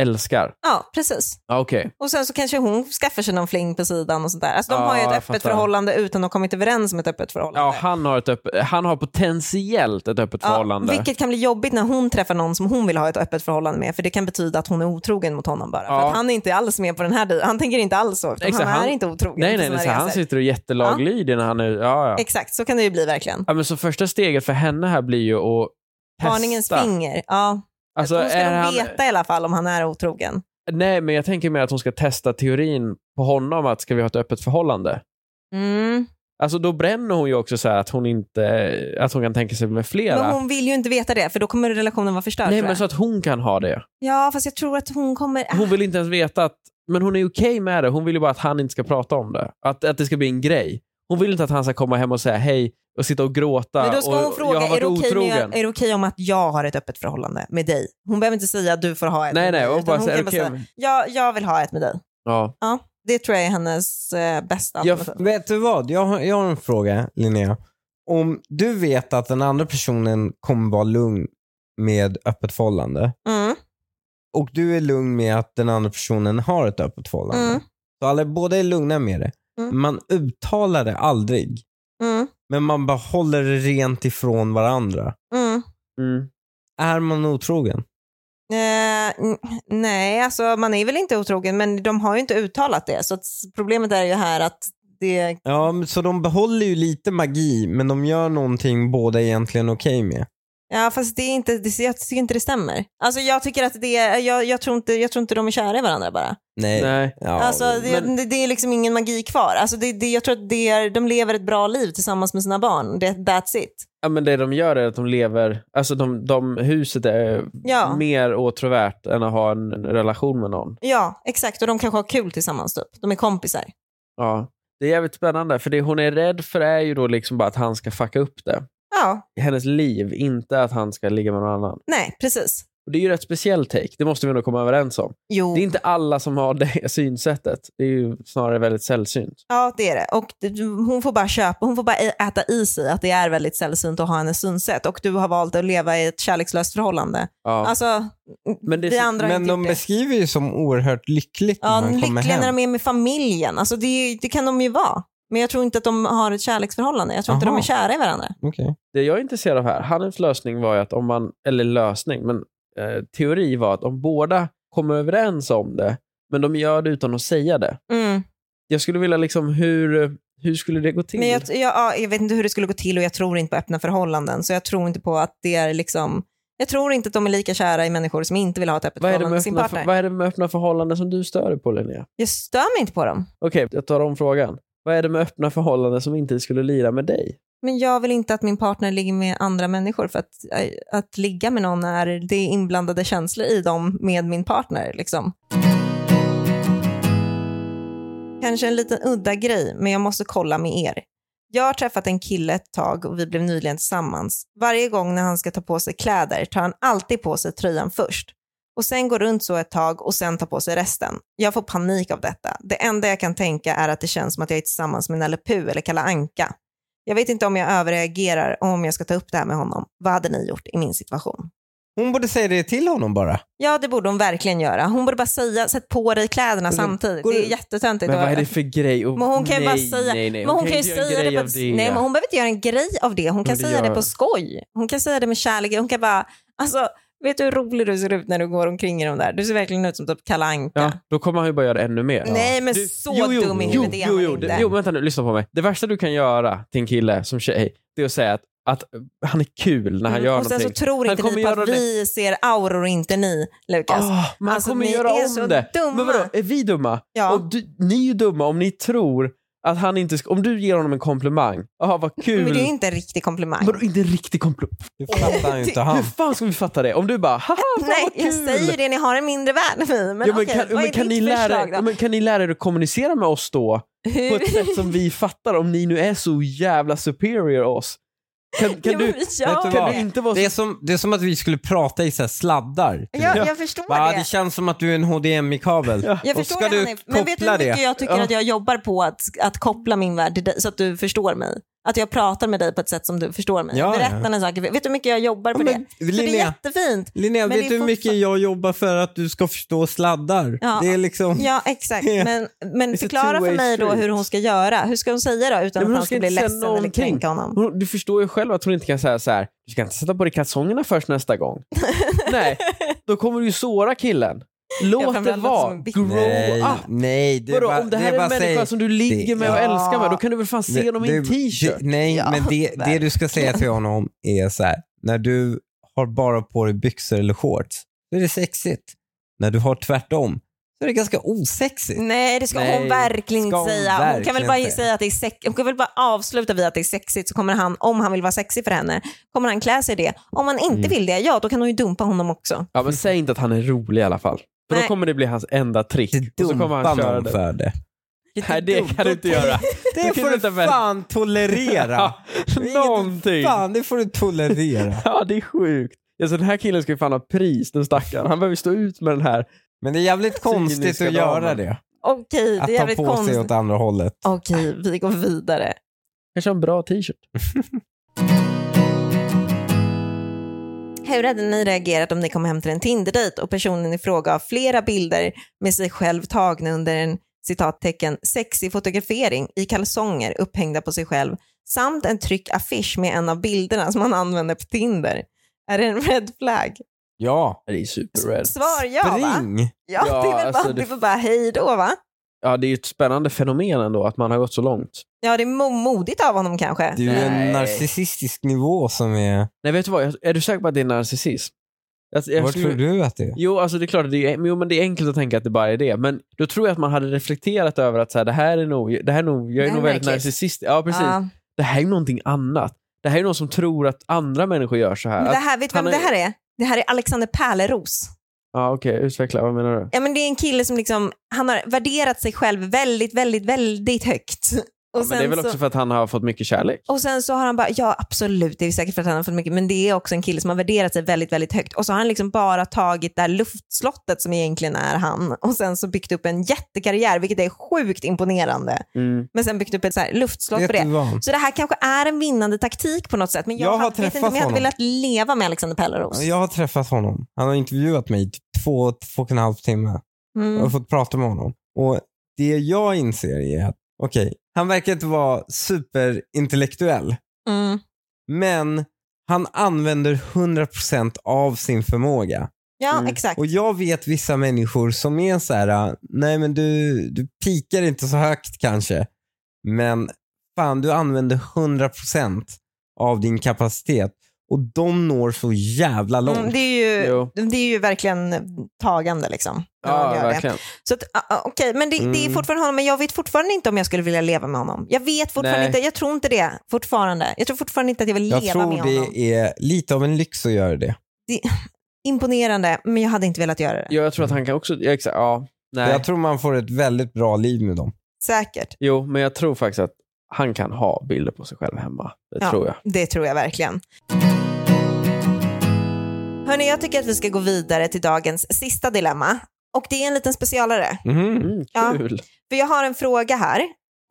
Speaker 2: älskar.
Speaker 1: Ja, precis.
Speaker 2: Ja, Okej,
Speaker 1: Och sen så kanske hon skaffar sig någon fling på sidan och sånt där. Alltså, de
Speaker 2: Ja,
Speaker 1: har ju ett
Speaker 2: jag
Speaker 1: öppet
Speaker 2: fattar.
Speaker 1: förhållande utan att ha kommit överens om ett öppet förhållande.
Speaker 2: ja, han, har ett öpp- han har potentiellt ett öppet
Speaker 1: Ja,
Speaker 2: förhållande.
Speaker 1: vilket kan bli jobbigt när hon träffar någon som hon vill ha ett öppet förhållande med för det kan betyda att hon är otrogen mot honom bara. För
Speaker 2: Ja.
Speaker 1: att han är inte alls med på den här dealen. Han tänker inte alls så. Utan
Speaker 2: Exakt,
Speaker 1: han är
Speaker 2: han-
Speaker 1: inte otrogen
Speaker 2: Nej,
Speaker 1: på
Speaker 2: nej,
Speaker 1: sina
Speaker 2: nej så han
Speaker 1: resor.
Speaker 2: sitter och är jättelaglydig när han är... Ja, ja.
Speaker 1: Exakt, så kan det ju bli verkligen.
Speaker 2: ja, men så första steget för henne här blir ju att testa.
Speaker 1: Varningens finger. Ja.
Speaker 2: Alltså,
Speaker 1: hon ska
Speaker 2: är
Speaker 1: nog
Speaker 2: han...
Speaker 1: veta i alla fall om han är otrogen.
Speaker 2: Nej, men jag tänker mer att hon ska testa teorin på honom att ska vi ha ett öppet förhållande?
Speaker 1: Mm.
Speaker 2: Alltså då bränner hon ju också så här att hon inte, att hon kan tänka sig med flera.
Speaker 1: Men hon vill ju inte veta det för då kommer relationen vara förstörd.
Speaker 2: Nej
Speaker 1: tror
Speaker 2: men
Speaker 1: jag.
Speaker 2: så att hon kan ha det.
Speaker 1: Ja, fast jag tror att hon kommer...
Speaker 2: Hon vill inte ens veta att, men hon är okej med det. Hon vill ju bara att han inte ska prata om det. Att, att det ska bli en grej. Hon vill inte att han ska komma hem och säga hej och sitta och gråta.
Speaker 1: Men då ska
Speaker 2: och,
Speaker 1: hon fråga,
Speaker 2: jag har
Speaker 1: är
Speaker 2: varit
Speaker 1: det, okej med,
Speaker 2: otrogen.
Speaker 1: är det okej om att jag har ett öppet förhållande med dig? Hon behöver inte säga du får ha ett
Speaker 2: nej
Speaker 1: med
Speaker 2: nej,
Speaker 1: dig.
Speaker 2: hon
Speaker 1: utan
Speaker 2: bara
Speaker 1: hon
Speaker 2: säger
Speaker 1: kan
Speaker 2: okej.
Speaker 1: säga, jag, jag vill ha ett med dig.
Speaker 2: ja.
Speaker 1: Ja, det tror jag är hennes eh, bästa
Speaker 2: Jag-
Speaker 1: alternativ.
Speaker 5: Vet du vad? Jag har, jag har en fråga, Linnea. Om du vet att den andra personen kommer vara lugn med öppet förhållande
Speaker 1: Mm.
Speaker 5: och du är lugn med att den andra personen har ett öppet förhållande.
Speaker 1: Mm.
Speaker 5: Så alla, båda är lugna med det.
Speaker 1: Mm.
Speaker 5: Man uttalar det aldrig,
Speaker 1: Mm.
Speaker 5: men man behåller det rent ifrån varandra.
Speaker 1: Mm.
Speaker 2: Mm.
Speaker 5: Är man otrogen?
Speaker 1: Eh, n- nej, alltså man är väl inte otrogen men de har ju inte uttalat det. Så att problemet är ju här att det...
Speaker 5: Ja, men så de behåller ju lite magi, men de gör någonting båda egentligen okej med.
Speaker 1: Ja fast det är inte, det, jag tycker inte det stämmer. Alltså jag tycker att det är, jag, jag, tror inte, jag tror inte de är kära i varandra bara.
Speaker 5: Nej.
Speaker 2: Nej.
Speaker 5: Ja,
Speaker 1: alltså det,
Speaker 2: men-
Speaker 1: det, det är liksom ingen magi kvar. Alltså det, det, jag tror att det är, de lever ett bra liv tillsammans med sina barn. Det, that's it.
Speaker 2: Ja, men det de gör är att de lever, alltså de, de, huset är
Speaker 1: Ja.
Speaker 2: mer åtråvärt än att ha en relation med någon.
Speaker 1: Ja, exakt. Och de kanske har kul tillsammans typ. De är kompisar.
Speaker 2: Ja. Det är jävligt spännande, för det hon är rädd för är ju då liksom bara att han ska fucka upp det.
Speaker 1: Ja,
Speaker 2: Hennes liv, inte att han ska ligga med någon annan.
Speaker 1: nej precis.
Speaker 2: Och det är ju rätt speciell take, det måste vi nog komma överens om.
Speaker 1: Jo,
Speaker 2: Det är inte alla som har det synsättet. Det är ju snarare väldigt sällsynt.
Speaker 1: ja det är det. Och det- hon får bara köpa, hon får bara ä- äta i sig att det är väldigt sällsynt att ha hennes synsätt. Och du har valt att leva i ett kärlekslöst förhållande.
Speaker 2: Ja.
Speaker 1: Alltså,
Speaker 2: Men det-
Speaker 1: vi andra har
Speaker 5: Men
Speaker 1: inte
Speaker 5: de
Speaker 1: gjort det.
Speaker 5: beskriver ju som oerhört lyckligt
Speaker 1: Ja,
Speaker 5: när man kommer
Speaker 1: lyckliga
Speaker 5: hem.
Speaker 1: när de är med familjen. Alltså det, är ju- det kan de ju vara. Men jag tror inte att de har ett kärleksförhållande. Jag tror inte
Speaker 5: Aha.
Speaker 1: de är kära i varandra.
Speaker 5: Okej.
Speaker 2: Det jag är intresserad av här, hans lösning var ju att om man, eller lösning, men eh, teori var att om båda kommer överens om det, men de gör det utan att säga det.
Speaker 1: Mm.
Speaker 2: Jag skulle vilja liksom, hur, hur skulle det gå till?
Speaker 1: Men jag, jag, ja, jag vet inte hur det skulle gå till och jag tror inte på öppna förhållanden. Så jag tror inte på att det är liksom... Jag tror inte att de är lika kära i människor som inte vill ha ett öppet
Speaker 2: vad, är det
Speaker 1: förhållande
Speaker 2: med
Speaker 1: med sin
Speaker 2: öppna,
Speaker 1: partner.
Speaker 2: för, vad är det med öppna förhållanden som du stör dig på, Linnea?
Speaker 1: Jag stör mig inte på dem.
Speaker 2: Okej, jag tar om frågan. Vad är det med öppna förhållanden som inte skulle lira med dig?
Speaker 1: Men jag vill inte att min partner ligger med andra människor för att, eh, att ligga med någon är det är inblandade känslor i dem med min partner. Liksom. Kanske en liten udda grej, men jag måste kolla med er. Jag har träffat en kille ett tag och vi blev nyligen tillsammans. Varje gång när han ska ta på sig kläder tar han alltid på sig tröjan först och sen går runt så ett tag och sen tar på sig resten. Jag får panik av detta. Det enda jag kan tänka är att det känns som att jag är tillsammans med Nalle Puh eller Kalle Anka. Jag vet inte om jag överreagerar och om jag ska ta upp det här med honom. Vad hade ni gjort i min situation?
Speaker 5: Hon borde säga det till honom bara.
Speaker 1: Ja, det borde hon verkligen göra. Hon borde bara säga, sätt på dig kläderna
Speaker 5: Men det
Speaker 1: samtidigt.
Speaker 5: går-
Speaker 1: Det är jättetöntigt.
Speaker 2: Men
Speaker 1: att-
Speaker 2: vad är det för grej? Och,
Speaker 1: Men hon kan ju
Speaker 2: nej,
Speaker 1: bara säga-
Speaker 2: nej, nej.
Speaker 1: men hon kan ju
Speaker 2: inte göra en
Speaker 1: säga det
Speaker 2: grej
Speaker 1: på
Speaker 2: av
Speaker 1: ett... Nej, men hon behöver inte göra en grej av det. Hon kan
Speaker 2: det
Speaker 1: säga det
Speaker 2: gör
Speaker 1: på
Speaker 2: hon.
Speaker 1: skoj. Hon kan säga det med kärlek. Hon kan bara, alltså, vet du hur rolig du ser ut när du går omkring i de där? Du ser verkligen ut som typ Kalle Anka.
Speaker 2: Ja, då kommer han ju bara göra det ännu mer.
Speaker 1: Nej, men
Speaker 2: Du-
Speaker 1: så
Speaker 2: jo, jo,
Speaker 1: dum i
Speaker 2: jo,
Speaker 1: huvudet är
Speaker 2: jo,
Speaker 1: han
Speaker 2: jo,
Speaker 1: inte.
Speaker 2: det- Jo, vänta nu, lyssna på mig. Det värsta du kan göra till en kille som tjej, det är att säga att, att han är kul när han
Speaker 1: Mm,
Speaker 2: gör
Speaker 1: och sen så
Speaker 2: någonting.
Speaker 1: tror
Speaker 2: Han
Speaker 1: inte ni
Speaker 2: kommer
Speaker 1: på
Speaker 2: göra
Speaker 1: att
Speaker 2: det.
Speaker 1: vi ser auror och inte ni, Lukas.
Speaker 2: Ah, men han
Speaker 1: Alltså,
Speaker 2: kommer
Speaker 1: ni
Speaker 2: göra
Speaker 1: är
Speaker 2: om
Speaker 1: så
Speaker 2: det.
Speaker 1: dumma.
Speaker 2: Men vadå, är vi dumma?
Speaker 1: Ja.
Speaker 2: Och du, ni är ju dumma om ni tror Att han inte ska, om du ger honom en komplimang, jaha vad kul.
Speaker 1: Men det är ju inte en riktig komplimang.
Speaker 2: Vadå, inte en riktig komplimang?
Speaker 5: Det fattar ju inte
Speaker 2: Hur
Speaker 5: han.
Speaker 2: fan ska vi fatta det? Om du bara, haha fan,
Speaker 1: Nej,
Speaker 2: Alltså, vad kul.
Speaker 1: jag säger det, ni har en mindre värld än vi. Men,
Speaker 2: ja, men
Speaker 1: okej,
Speaker 2: kan,
Speaker 1: vad är
Speaker 2: men kan,
Speaker 1: ditt
Speaker 2: ni lära,
Speaker 1: förslag
Speaker 2: ja,
Speaker 1: då?
Speaker 2: men kan ni lära er att kommunicera med oss då? På
Speaker 1: Hur?
Speaker 2: ett sätt som vi fattar om ni nu är så jävla superior oss. Kan, kan,
Speaker 1: Jo,
Speaker 2: du,
Speaker 1: men vi gör
Speaker 5: vet du
Speaker 2: kan
Speaker 5: vad?
Speaker 2: du
Speaker 1: det.
Speaker 2: inte vara så...
Speaker 5: Det är, som, det är som att vi skulle prata i så här sladdar. typ.
Speaker 1: Ja, jag förstår
Speaker 5: Bara,
Speaker 1: det.
Speaker 5: det känns som att du är en HDMI-kabel.
Speaker 2: Ja.
Speaker 1: Jag
Speaker 5: Och
Speaker 1: förstår
Speaker 5: ska
Speaker 1: det,
Speaker 5: du
Speaker 1: Hanif. Men vet du hur
Speaker 5: koppla
Speaker 1: mycket
Speaker 5: det?
Speaker 1: jag tycker
Speaker 2: Ja.
Speaker 1: att jag jobbar på att, att koppla min värld till dig så att du förstår mig? Att jag pratar med dig på ett sätt som du förstår mig.
Speaker 5: Ja, ja.
Speaker 1: Berätta när saker. Vet du hur mycket jag jobbar på
Speaker 5: men,
Speaker 1: det? Så det är
Speaker 5: Linnea,
Speaker 1: jättefint.
Speaker 5: Linnea
Speaker 1: Men
Speaker 5: vet
Speaker 1: det är
Speaker 5: du hur mycket
Speaker 1: fortfar-
Speaker 5: jag jobbar för att du ska förstå sladdar?
Speaker 1: Ja.
Speaker 5: Det är liksom...
Speaker 1: Ja, exakt.
Speaker 5: Ja.
Speaker 1: Men, men
Speaker 2: a
Speaker 1: förklara för
Speaker 2: two-way
Speaker 1: mig då
Speaker 2: street.
Speaker 1: hur hon ska göra. Hur ska hon säga då utan
Speaker 2: men
Speaker 1: att
Speaker 2: hon
Speaker 1: han
Speaker 2: ska
Speaker 1: ska bli
Speaker 2: inte säga
Speaker 1: ledsen eller
Speaker 2: någonting.
Speaker 1: kränka honom?
Speaker 2: Hon- Du förstår ju själv att hon inte kan säga så här. du ska inte sätta på dig kalsongerna först nästa gång. Nej, då kommer du ju såra killen.
Speaker 1: Jag
Speaker 2: Låt
Speaker 1: kommer
Speaker 2: det
Speaker 1: att låta
Speaker 2: vara.
Speaker 1: som en bitch.
Speaker 2: Grow
Speaker 5: Nej,
Speaker 1: ah.
Speaker 2: up.
Speaker 5: nej. Det är
Speaker 2: Vadå,
Speaker 5: bara,
Speaker 2: om det här
Speaker 5: är
Speaker 2: är,
Speaker 5: bara
Speaker 2: en människa
Speaker 5: säg-
Speaker 2: som du ligger med och
Speaker 1: Ja.
Speaker 2: älskar med, då kan du väl fan se honom i en
Speaker 5: Det-
Speaker 2: t-shirt?
Speaker 5: det- Nej,
Speaker 1: Ja,
Speaker 5: men det, det du
Speaker 1: verkligen.
Speaker 5: ska säga till honom är så här. När du har bara på dig byxor eller shorts, då är det sexigt. När du har tvärtom, så är det ganska osexigt.
Speaker 1: Nej, det ska
Speaker 2: Nej,
Speaker 1: hon verkligen
Speaker 5: ska
Speaker 1: inte
Speaker 5: hon
Speaker 1: säga. Hon kan väl
Speaker 5: verkligen
Speaker 1: bara
Speaker 5: inte.
Speaker 1: säga att det är sex... Hon kan väl bara avsluta vid att det är sexigt så kommer han, om han vill vara sexig för henne, kommer han klä sig i det. Om han inte
Speaker 2: Mm.
Speaker 1: vill det, ja då kan hon ju dumpa honom också.
Speaker 2: Ja, men säg inte att han är rolig i alla fall. För
Speaker 1: Nej.
Speaker 2: då kommer det bli hans enda trick.
Speaker 5: Det
Speaker 2: Och så kommer
Speaker 5: dumpar
Speaker 2: han köra
Speaker 5: någon
Speaker 2: det.
Speaker 5: för det.
Speaker 2: Nej, det kan du inte göra.
Speaker 5: Det
Speaker 2: kan
Speaker 5: får
Speaker 2: du
Speaker 5: du
Speaker 2: inte väl-
Speaker 5: fan tolerera.
Speaker 2: Ja,
Speaker 5: Det är inget-
Speaker 2: Någonting.
Speaker 5: Fan, det får du tolerera.
Speaker 2: Ja, det är sjukt. Alltså, den här killen ska ju fan ha pris, den stackaren. Han behöver stå ut med den här.
Speaker 5: Men det är jävligt konstigt
Speaker 2: Cyniska
Speaker 5: att göra
Speaker 2: damen.
Speaker 5: det.
Speaker 1: Okej,
Speaker 5: Att
Speaker 1: det är
Speaker 5: ta
Speaker 1: jävligt
Speaker 5: på sig
Speaker 1: konstigt.
Speaker 5: åt andra hållet.
Speaker 1: Okej, vi går vidare.
Speaker 2: Kanske har en bra t-shirt.
Speaker 1: Hur hade ni reagerat om ni kom hem till en Tinder-dejt och personen i fråga har flera bilder med sig själv tagna under en citattecken sexig fotografering i kalsonger upphängda på sig själv samt en tryckaffisch med en av bilderna som man använder på Tinder. Är det en red flag?
Speaker 5: Ja.
Speaker 2: Det är superred.
Speaker 1: Svar ja va?
Speaker 5: Spring!
Speaker 1: Ja, det är
Speaker 2: Ja,
Speaker 1: väl
Speaker 2: alltså,
Speaker 1: bara,
Speaker 2: det-
Speaker 1: det... var bara hej då va?
Speaker 2: Ja, det är ju ett spännande fenomen ändå att man har gått så långt.
Speaker 1: Ja, det är mo- modigt av honom kanske.
Speaker 5: Det är ju en
Speaker 2: Nej.
Speaker 5: narcissistisk nivå som är...
Speaker 2: Nej, vet du vad? Jag- Är du säker på att det är narcissism? Alltså, jag
Speaker 5: Vad
Speaker 2: skulle-
Speaker 5: tror du att det är?
Speaker 2: Jo, alltså det är klart, att det är, jo, men det är enkelt att tänka att det bara är det. Men då tror jag att man hade reflekterat över att så här, det här är nog, det här är nog, jag är
Speaker 1: Det här
Speaker 2: nog
Speaker 1: är
Speaker 2: väldigt
Speaker 1: märkligt.
Speaker 2: narcissistisk. Ja, precis.
Speaker 1: Ja.
Speaker 2: Det här är ju någonting annat. Det här är någon som tror att andra människor gör så här.
Speaker 1: Men det
Speaker 2: Att,
Speaker 1: här, vet du vem
Speaker 2: han
Speaker 1: det
Speaker 2: är-
Speaker 1: här är? Det här är Alexander Pärleros.
Speaker 2: ja, okej, utveckla. Vad menar du?
Speaker 1: ja, men det är en kille som liksom, han har värderat sig själv väldigt, väldigt, väldigt högt. Och,
Speaker 2: Ja, men det är väl också
Speaker 1: så,
Speaker 2: för att han har fått mycket kärlek?
Speaker 1: och sen så har han bara, ja absolut, det är säkert för att han har fått mycket, men det är också en kille som har värderat sig väldigt, väldigt högt. Och så har han liksom bara tagit det här luftslottet som egentligen är han och sen så byggt upp en jättekarriär, vilket är sjukt imponerande.
Speaker 2: Mm.
Speaker 1: Men sen byggt upp ett så här luftslott
Speaker 5: Vet
Speaker 1: på
Speaker 5: du
Speaker 1: det.
Speaker 5: vad?
Speaker 1: Så det här kanske är en vinnande taktik på något sätt, men jag,
Speaker 5: Jag har
Speaker 1: hade- vet
Speaker 5: träffat
Speaker 1: inte om jag hade
Speaker 5: honom.
Speaker 1: velat leva med Alexander Pärleros.
Speaker 5: Jag har träffat honom. Han har intervjuat mig i typ två, två och en halv timme. Jag har
Speaker 1: Mm.
Speaker 5: fått prata med honom. Och det jag inser är att, okej, han verkar inte vara superintellektuell.
Speaker 1: Mm.
Speaker 5: Men han använder 100% av sin förmåga.
Speaker 1: Ja,
Speaker 2: Mm.
Speaker 1: exakt.
Speaker 5: Och jag vet vissa människor som är så här, "Ah, nej men du, du pikar inte så högt kanske. Men fan, du använder 100% av din kapacitet. Och de når så jävla långt.
Speaker 1: Mm, det, är ju,
Speaker 2: Jo.
Speaker 1: det är ju verkligen tagande liksom. när
Speaker 2: Ja,
Speaker 1: man gör det.
Speaker 2: verkligen.
Speaker 1: Så att, ah, ah, okej, men det, det är
Speaker 5: Mm.
Speaker 1: fortfarande honom, men jag vet fortfarande inte om jag skulle vilja leva med honom. Jag vet fortfarande
Speaker 2: Nej.
Speaker 1: inte, jag tror inte det fortfarande. Jag tror fortfarande inte att jag vill
Speaker 5: Jag
Speaker 1: leva
Speaker 5: tror
Speaker 1: med honom.
Speaker 5: det är lite av en lyx att göra det.
Speaker 1: Imponerande, men jag hade inte velat göra det.
Speaker 2: Ja, jag tror att han kan också... Ja, exakt, ja. Nej.
Speaker 5: Jag tror man får ett väldigt bra liv med dem.
Speaker 1: Säkert,
Speaker 2: Jo, men jag tror faktiskt att han kan ha bilder på sig själv hemma. Det
Speaker 1: Ja.
Speaker 2: tror jag.
Speaker 1: det tror jag verkligen. Hörni, jag tycker att vi ska gå vidare till dagens sista dilemma. Och det är en liten specialare.
Speaker 5: Mhm.
Speaker 2: Mm,
Speaker 1: Ja.
Speaker 2: kul.
Speaker 1: För jag har en fråga här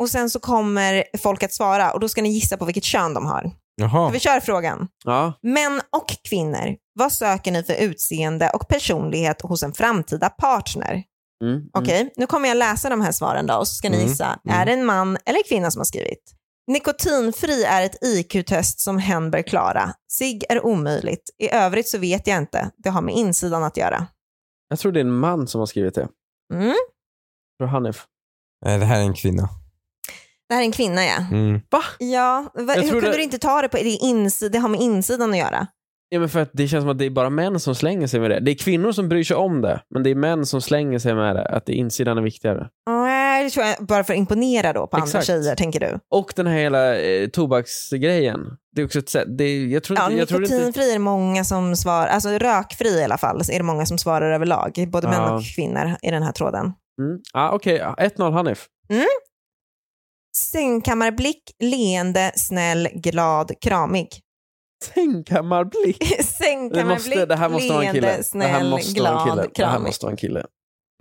Speaker 1: och sen så kommer folk att svara och då ska ni gissa på vilket kön de har. Så
Speaker 5: Jaha.
Speaker 1: vi kör frågan.
Speaker 2: Ja.
Speaker 1: Män och kvinnor, vad söker ni för utseende och personlighet hos en framtida partner?
Speaker 2: Mm, mm.
Speaker 1: Okej, nu kommer jag läsa de här svaren då och så ska ni
Speaker 5: Mm,
Speaker 1: gissa.
Speaker 5: mm.
Speaker 1: Är det en man eller en kvinna som har skrivit? Nikotinfri är ett IQ-test som hen bör klara. Sig är omöjligt. I övrigt så vet jag inte. Det har med insidan att göra.
Speaker 2: Jag tror det är en man som har skrivit det. Jag
Speaker 1: Mm.
Speaker 2: tror Hanif.
Speaker 5: Nej, det här är en kvinna.
Speaker 1: Det här är en kvinna ja.
Speaker 5: Mm.
Speaker 1: Ja, va,
Speaker 2: Jag
Speaker 1: hur
Speaker 2: tror
Speaker 1: kunde
Speaker 2: det-
Speaker 1: du inte ta det på det, är insi- det har med insidan att göra?
Speaker 2: Ja, men för att det känns som att det är bara män som slänger sig med det. Det är kvinnor som bryr sig om det, men det är män som slänger sig med det. Att det insidan är viktigare.
Speaker 1: Nej, här tror jag bara för att imponera då på andra
Speaker 2: Exakt.
Speaker 1: tjejer, tänker du?
Speaker 2: Och den här hela eh, tobaksgrejen. Det är också ett sätt. Det, är- jag tror
Speaker 1: Ja,
Speaker 2: inte, jag tror inte,
Speaker 1: nikotinfri är det många som svarar, alltså rökfri i alla fall, är det många som svarar överlag, både män
Speaker 2: Ja.
Speaker 1: och kvinnor i den här tråden.
Speaker 2: mm. ah, Okej, 1-0 Hanif.
Speaker 1: Sängkammarblick, leende, snäll, glad, kramig.
Speaker 2: Sängkammarblick. Det,
Speaker 1: Sängkammarblick,
Speaker 2: måste, det här måste vara en kille.
Speaker 1: leende,
Speaker 2: det här
Speaker 1: snäll,
Speaker 2: måste vara en kille.
Speaker 1: glad,
Speaker 2: Det här
Speaker 1: kramig.
Speaker 2: måste vara en kille.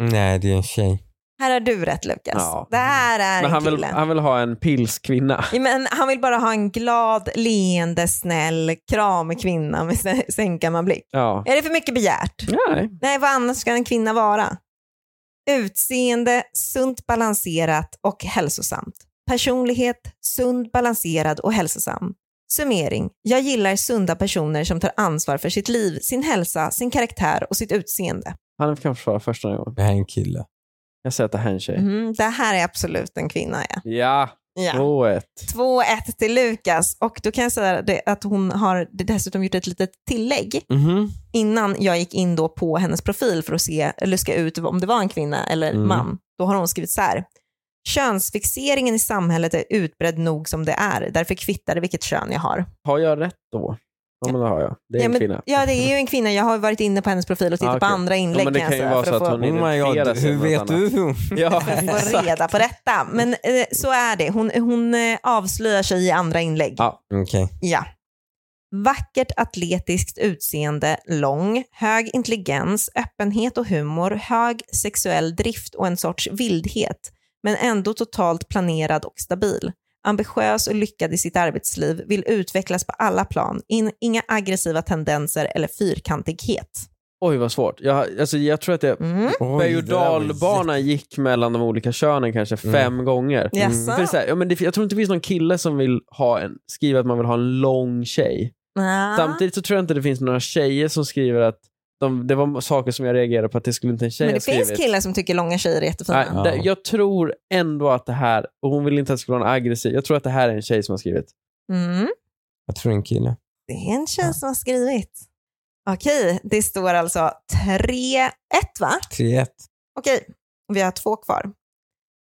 Speaker 5: Nej, det är en tjej.
Speaker 1: Här har du rätt Lukas.
Speaker 2: Ja.
Speaker 1: Det här är
Speaker 2: Men han vill,
Speaker 1: killen.
Speaker 2: han vill ha en pilskvinna.
Speaker 1: Ja, Men han vill bara ha en glad, leende, snäll, kramig kvinna med sä- sängkammarblick.
Speaker 2: Ja.
Speaker 1: Är det för mycket begärt?
Speaker 2: Nej.
Speaker 1: Nej, vad annars ska en kvinna vara? Utseende, sunt balanserat och hälsosamt. Personlighet, sund, balanserad och hälsosam. Summering. Jag gillar sunda personer som tar ansvar för sitt liv, sin hälsa, sin karaktär och sitt utseende.
Speaker 2: Hanif kan försvara första gången.
Speaker 5: Det här är en kille.
Speaker 2: Jag säger att det här är en tjej.
Speaker 1: Mm, det här är absolut en kvinna, ja.
Speaker 2: Ja,
Speaker 1: ja.
Speaker 2: 2-1.
Speaker 1: 2-1 till Lukas och då kan jag säga det, att hon har dessutom gjort ett litet tillägg
Speaker 2: Mhm.
Speaker 5: Oh
Speaker 1: innan jag gick in då på hennes profil för att se, luska ut om det var en kvinna eller
Speaker 5: Mm.
Speaker 1: man. Då har hon skrivit så här. Könsfixeringen i samhället är utbredd nog som det är. Därför kvittar det vilket kön jag har.
Speaker 2: Har jag rätt då? Ja, men det har jag. Det är
Speaker 1: ja,
Speaker 2: en
Speaker 1: men,
Speaker 2: kvinna.
Speaker 1: Ja, det är ju en kvinna. Jag har ju varit inne på hennes profil och tittat
Speaker 2: Ah,
Speaker 1: på
Speaker 2: okej.
Speaker 1: andra inlägg
Speaker 2: Ja, men det
Speaker 1: kan jag
Speaker 2: kan ju
Speaker 1: säga,
Speaker 2: vara
Speaker 1: för
Speaker 2: så
Speaker 1: att
Speaker 2: att
Speaker 1: få-
Speaker 2: hon
Speaker 5: Oh my
Speaker 2: identifierar
Speaker 5: god,
Speaker 2: sig
Speaker 5: hur
Speaker 2: med
Speaker 5: vet
Speaker 2: något annat.
Speaker 5: du? hon-
Speaker 2: Ja,
Speaker 1: få
Speaker 2: exakt.
Speaker 1: reda på detta. Men eh, så är det. Hon, hon eh, avslöjar sig i andra inlägg.
Speaker 2: Ja.
Speaker 5: Okej.
Speaker 1: Ja. Vackert atletiskt utseende, lång, hög intelligens, öppenhet och humor, hög sexuell drift och en sorts vildhet, men ändå totalt planerad och stabil. Ambitiös och lyckad i sitt arbetsliv, vill utvecklas på alla plan, in, inga aggressiva tendenser eller fyrkantighet.
Speaker 2: Oj, vad svårt. Jag, alltså, jag tror att det...
Speaker 1: Mm.
Speaker 2: Berg och
Speaker 5: det där var
Speaker 2: dalbana gick mellan de olska könen kanske
Speaker 5: Mm.
Speaker 2: fem gånger.
Speaker 1: Jaså?
Speaker 2: För det är så här, ja, men det, jag tror inte det finns någon kille som vill ha en, skriva att man vill ha en lång tjej.
Speaker 1: Ah.
Speaker 2: Samtidigt så tror jag inte det finns några tjejer som skriver att de, det var saker som jag reagerade på att det skulle inte en tjej
Speaker 1: men
Speaker 2: ha
Speaker 1: det
Speaker 2: skrivit.
Speaker 1: finns killar som tycker långa tjejer är jättefina.
Speaker 2: Nej,
Speaker 5: Ja.
Speaker 2: det, jag tror ändå att det här, och hon vill inte att det skulle vara en aggressiv, jag tror att det här är en tjej som har skrivit.
Speaker 1: Mm.
Speaker 5: Jag tror det är en kille.
Speaker 1: Det är en tjej som har skrivit. Okej, det står alltså 3-1 va?
Speaker 5: 3-1.
Speaker 1: Okej, vi har två kvar.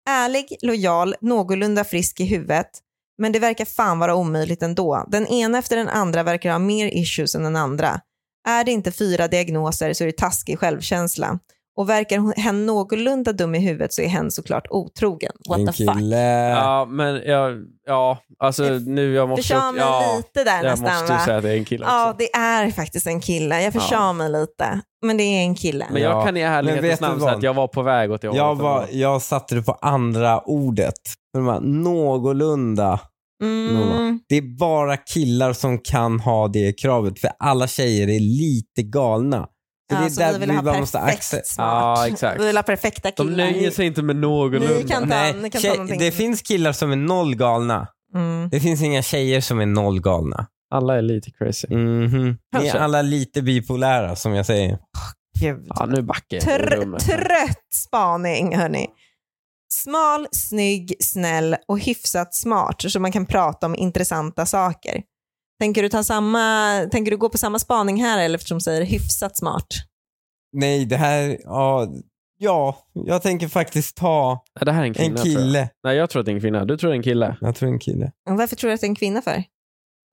Speaker 1: Ärlig, lojal, någorlunda frisk i huvudet. Men det verkar fan vara omöjligt ändå. Den ena efter den andra verkar ha mer issues än den andra. Är det inte fyra diagnoser så är det taskig självkänsla. Och verkar hon- hen någorlunda dum i huvudet så är hen såklart otrogen.
Speaker 5: en
Speaker 1: What the fuck?
Speaker 5: kille.
Speaker 2: Ja, men jag, ja, alltså
Speaker 1: Det-
Speaker 2: nu, jag måste...
Speaker 1: Försade mig
Speaker 2: ja,
Speaker 1: lite där
Speaker 2: jag
Speaker 1: nästan
Speaker 2: måste ju
Speaker 1: va?
Speaker 2: säga att det är en kille också.
Speaker 1: Ja, det är faktiskt en kille. Jag försade mig lite. Men det är en kille.
Speaker 2: Men jag
Speaker 5: Ja.
Speaker 2: kan i
Speaker 5: Men vet
Speaker 2: ärlighetens
Speaker 5: du
Speaker 2: namn säga
Speaker 5: vad?
Speaker 2: att jag var på väg åt det
Speaker 5: Jag,
Speaker 2: hållet.
Speaker 5: var, jag satte det på andra ordet. Men man, någorlunda.
Speaker 1: Mm.
Speaker 5: Det är bara killar som kan ha det kravet. För alla tjejer är lite galna. Så
Speaker 1: Ja,
Speaker 5: det är
Speaker 1: så
Speaker 5: där
Speaker 1: Alltså, vi
Speaker 5: vi,
Speaker 1: vill ha
Speaker 5: bara måste
Speaker 1: perfekt
Speaker 5: acceptera.
Speaker 1: smart.
Speaker 2: Ja, exakt.
Speaker 1: Vi vill ha perfekta
Speaker 2: De
Speaker 1: killar.
Speaker 2: nöjer sig inte med
Speaker 1: Ni
Speaker 2: någorlunda.
Speaker 1: kan ta, ni
Speaker 5: Nej,
Speaker 1: kan ta
Speaker 5: tjej,
Speaker 1: någonting.
Speaker 5: det finns killar som är noll galna.
Speaker 1: Mm.
Speaker 5: Det finns inga tjejer som är noll galna.
Speaker 2: Alla är lite crazy.
Speaker 5: Mhm. Ni
Speaker 2: Kanske.
Speaker 5: är alla lite bipolära som jag säger.
Speaker 1: Gud.
Speaker 2: Ja, nu backar jag ur
Speaker 1: Tr-
Speaker 2: rummet.
Speaker 1: trött spaning, hörni. Smal, snygg, snäll och hyfsat smart så man kan prata om intressanta saker. Tänker du, ta samma, tänker du gå på samma spaning här eller eftersom du säger hyfsat smart?
Speaker 5: Nej, det här... Ja, ja, jag tänker faktiskt ta
Speaker 2: Nej, det här är en kvinna.
Speaker 5: en
Speaker 2: Tror jag.
Speaker 5: kille.
Speaker 2: Nej, jag tror att det är en kvinna. Du tror det är en kille.
Speaker 5: Jag tror en kille.
Speaker 1: Och Varför tror du att det är en kvinna för?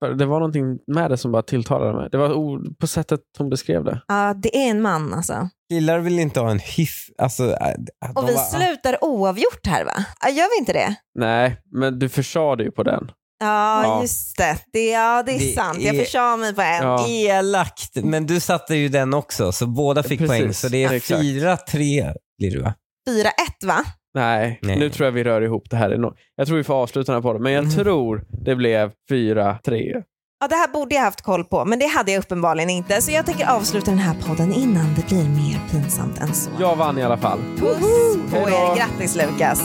Speaker 2: För Det var någonting med det som bara tilltalade mig. Det var ord, på sättet hon beskrev det.
Speaker 1: Ja, det är en man alltså.
Speaker 5: Killar vill inte ha en hyff... Alltså, att- att de
Speaker 1: Och vi
Speaker 5: bara-
Speaker 1: slutar oavgjort här va? Ja, gör vi inte det?
Speaker 2: Nej, men du försade ju på den.
Speaker 1: Ja,
Speaker 2: Ja.
Speaker 1: just det. det. Ja, det är
Speaker 5: Det
Speaker 1: sant. Jag
Speaker 5: är-
Speaker 1: försade mig på en.
Speaker 2: Ja.
Speaker 5: Elakt, men du satte ju den också så båda fick
Speaker 2: Precis,
Speaker 5: poäng. Så det är
Speaker 2: exakt.
Speaker 5: 4-3 blir det va?
Speaker 1: 4-1 va?
Speaker 2: Nej,
Speaker 5: Nej.
Speaker 2: nu tror jag vi rör ihop det här. enormt. Jag tror vi får avsluta den här podden, men jag
Speaker 5: Mm.
Speaker 2: tror det blev 4-3.
Speaker 1: Ja, det här borde jag haft koll på, men det hade jag uppenbarligen inte. Så jag tänker avsluta den här podden innan det blir mer pinsamt än så.
Speaker 2: Jag vann i alla fall.
Speaker 1: Puss på
Speaker 2: Hej
Speaker 1: er.
Speaker 2: då.
Speaker 1: Grattis Lukas.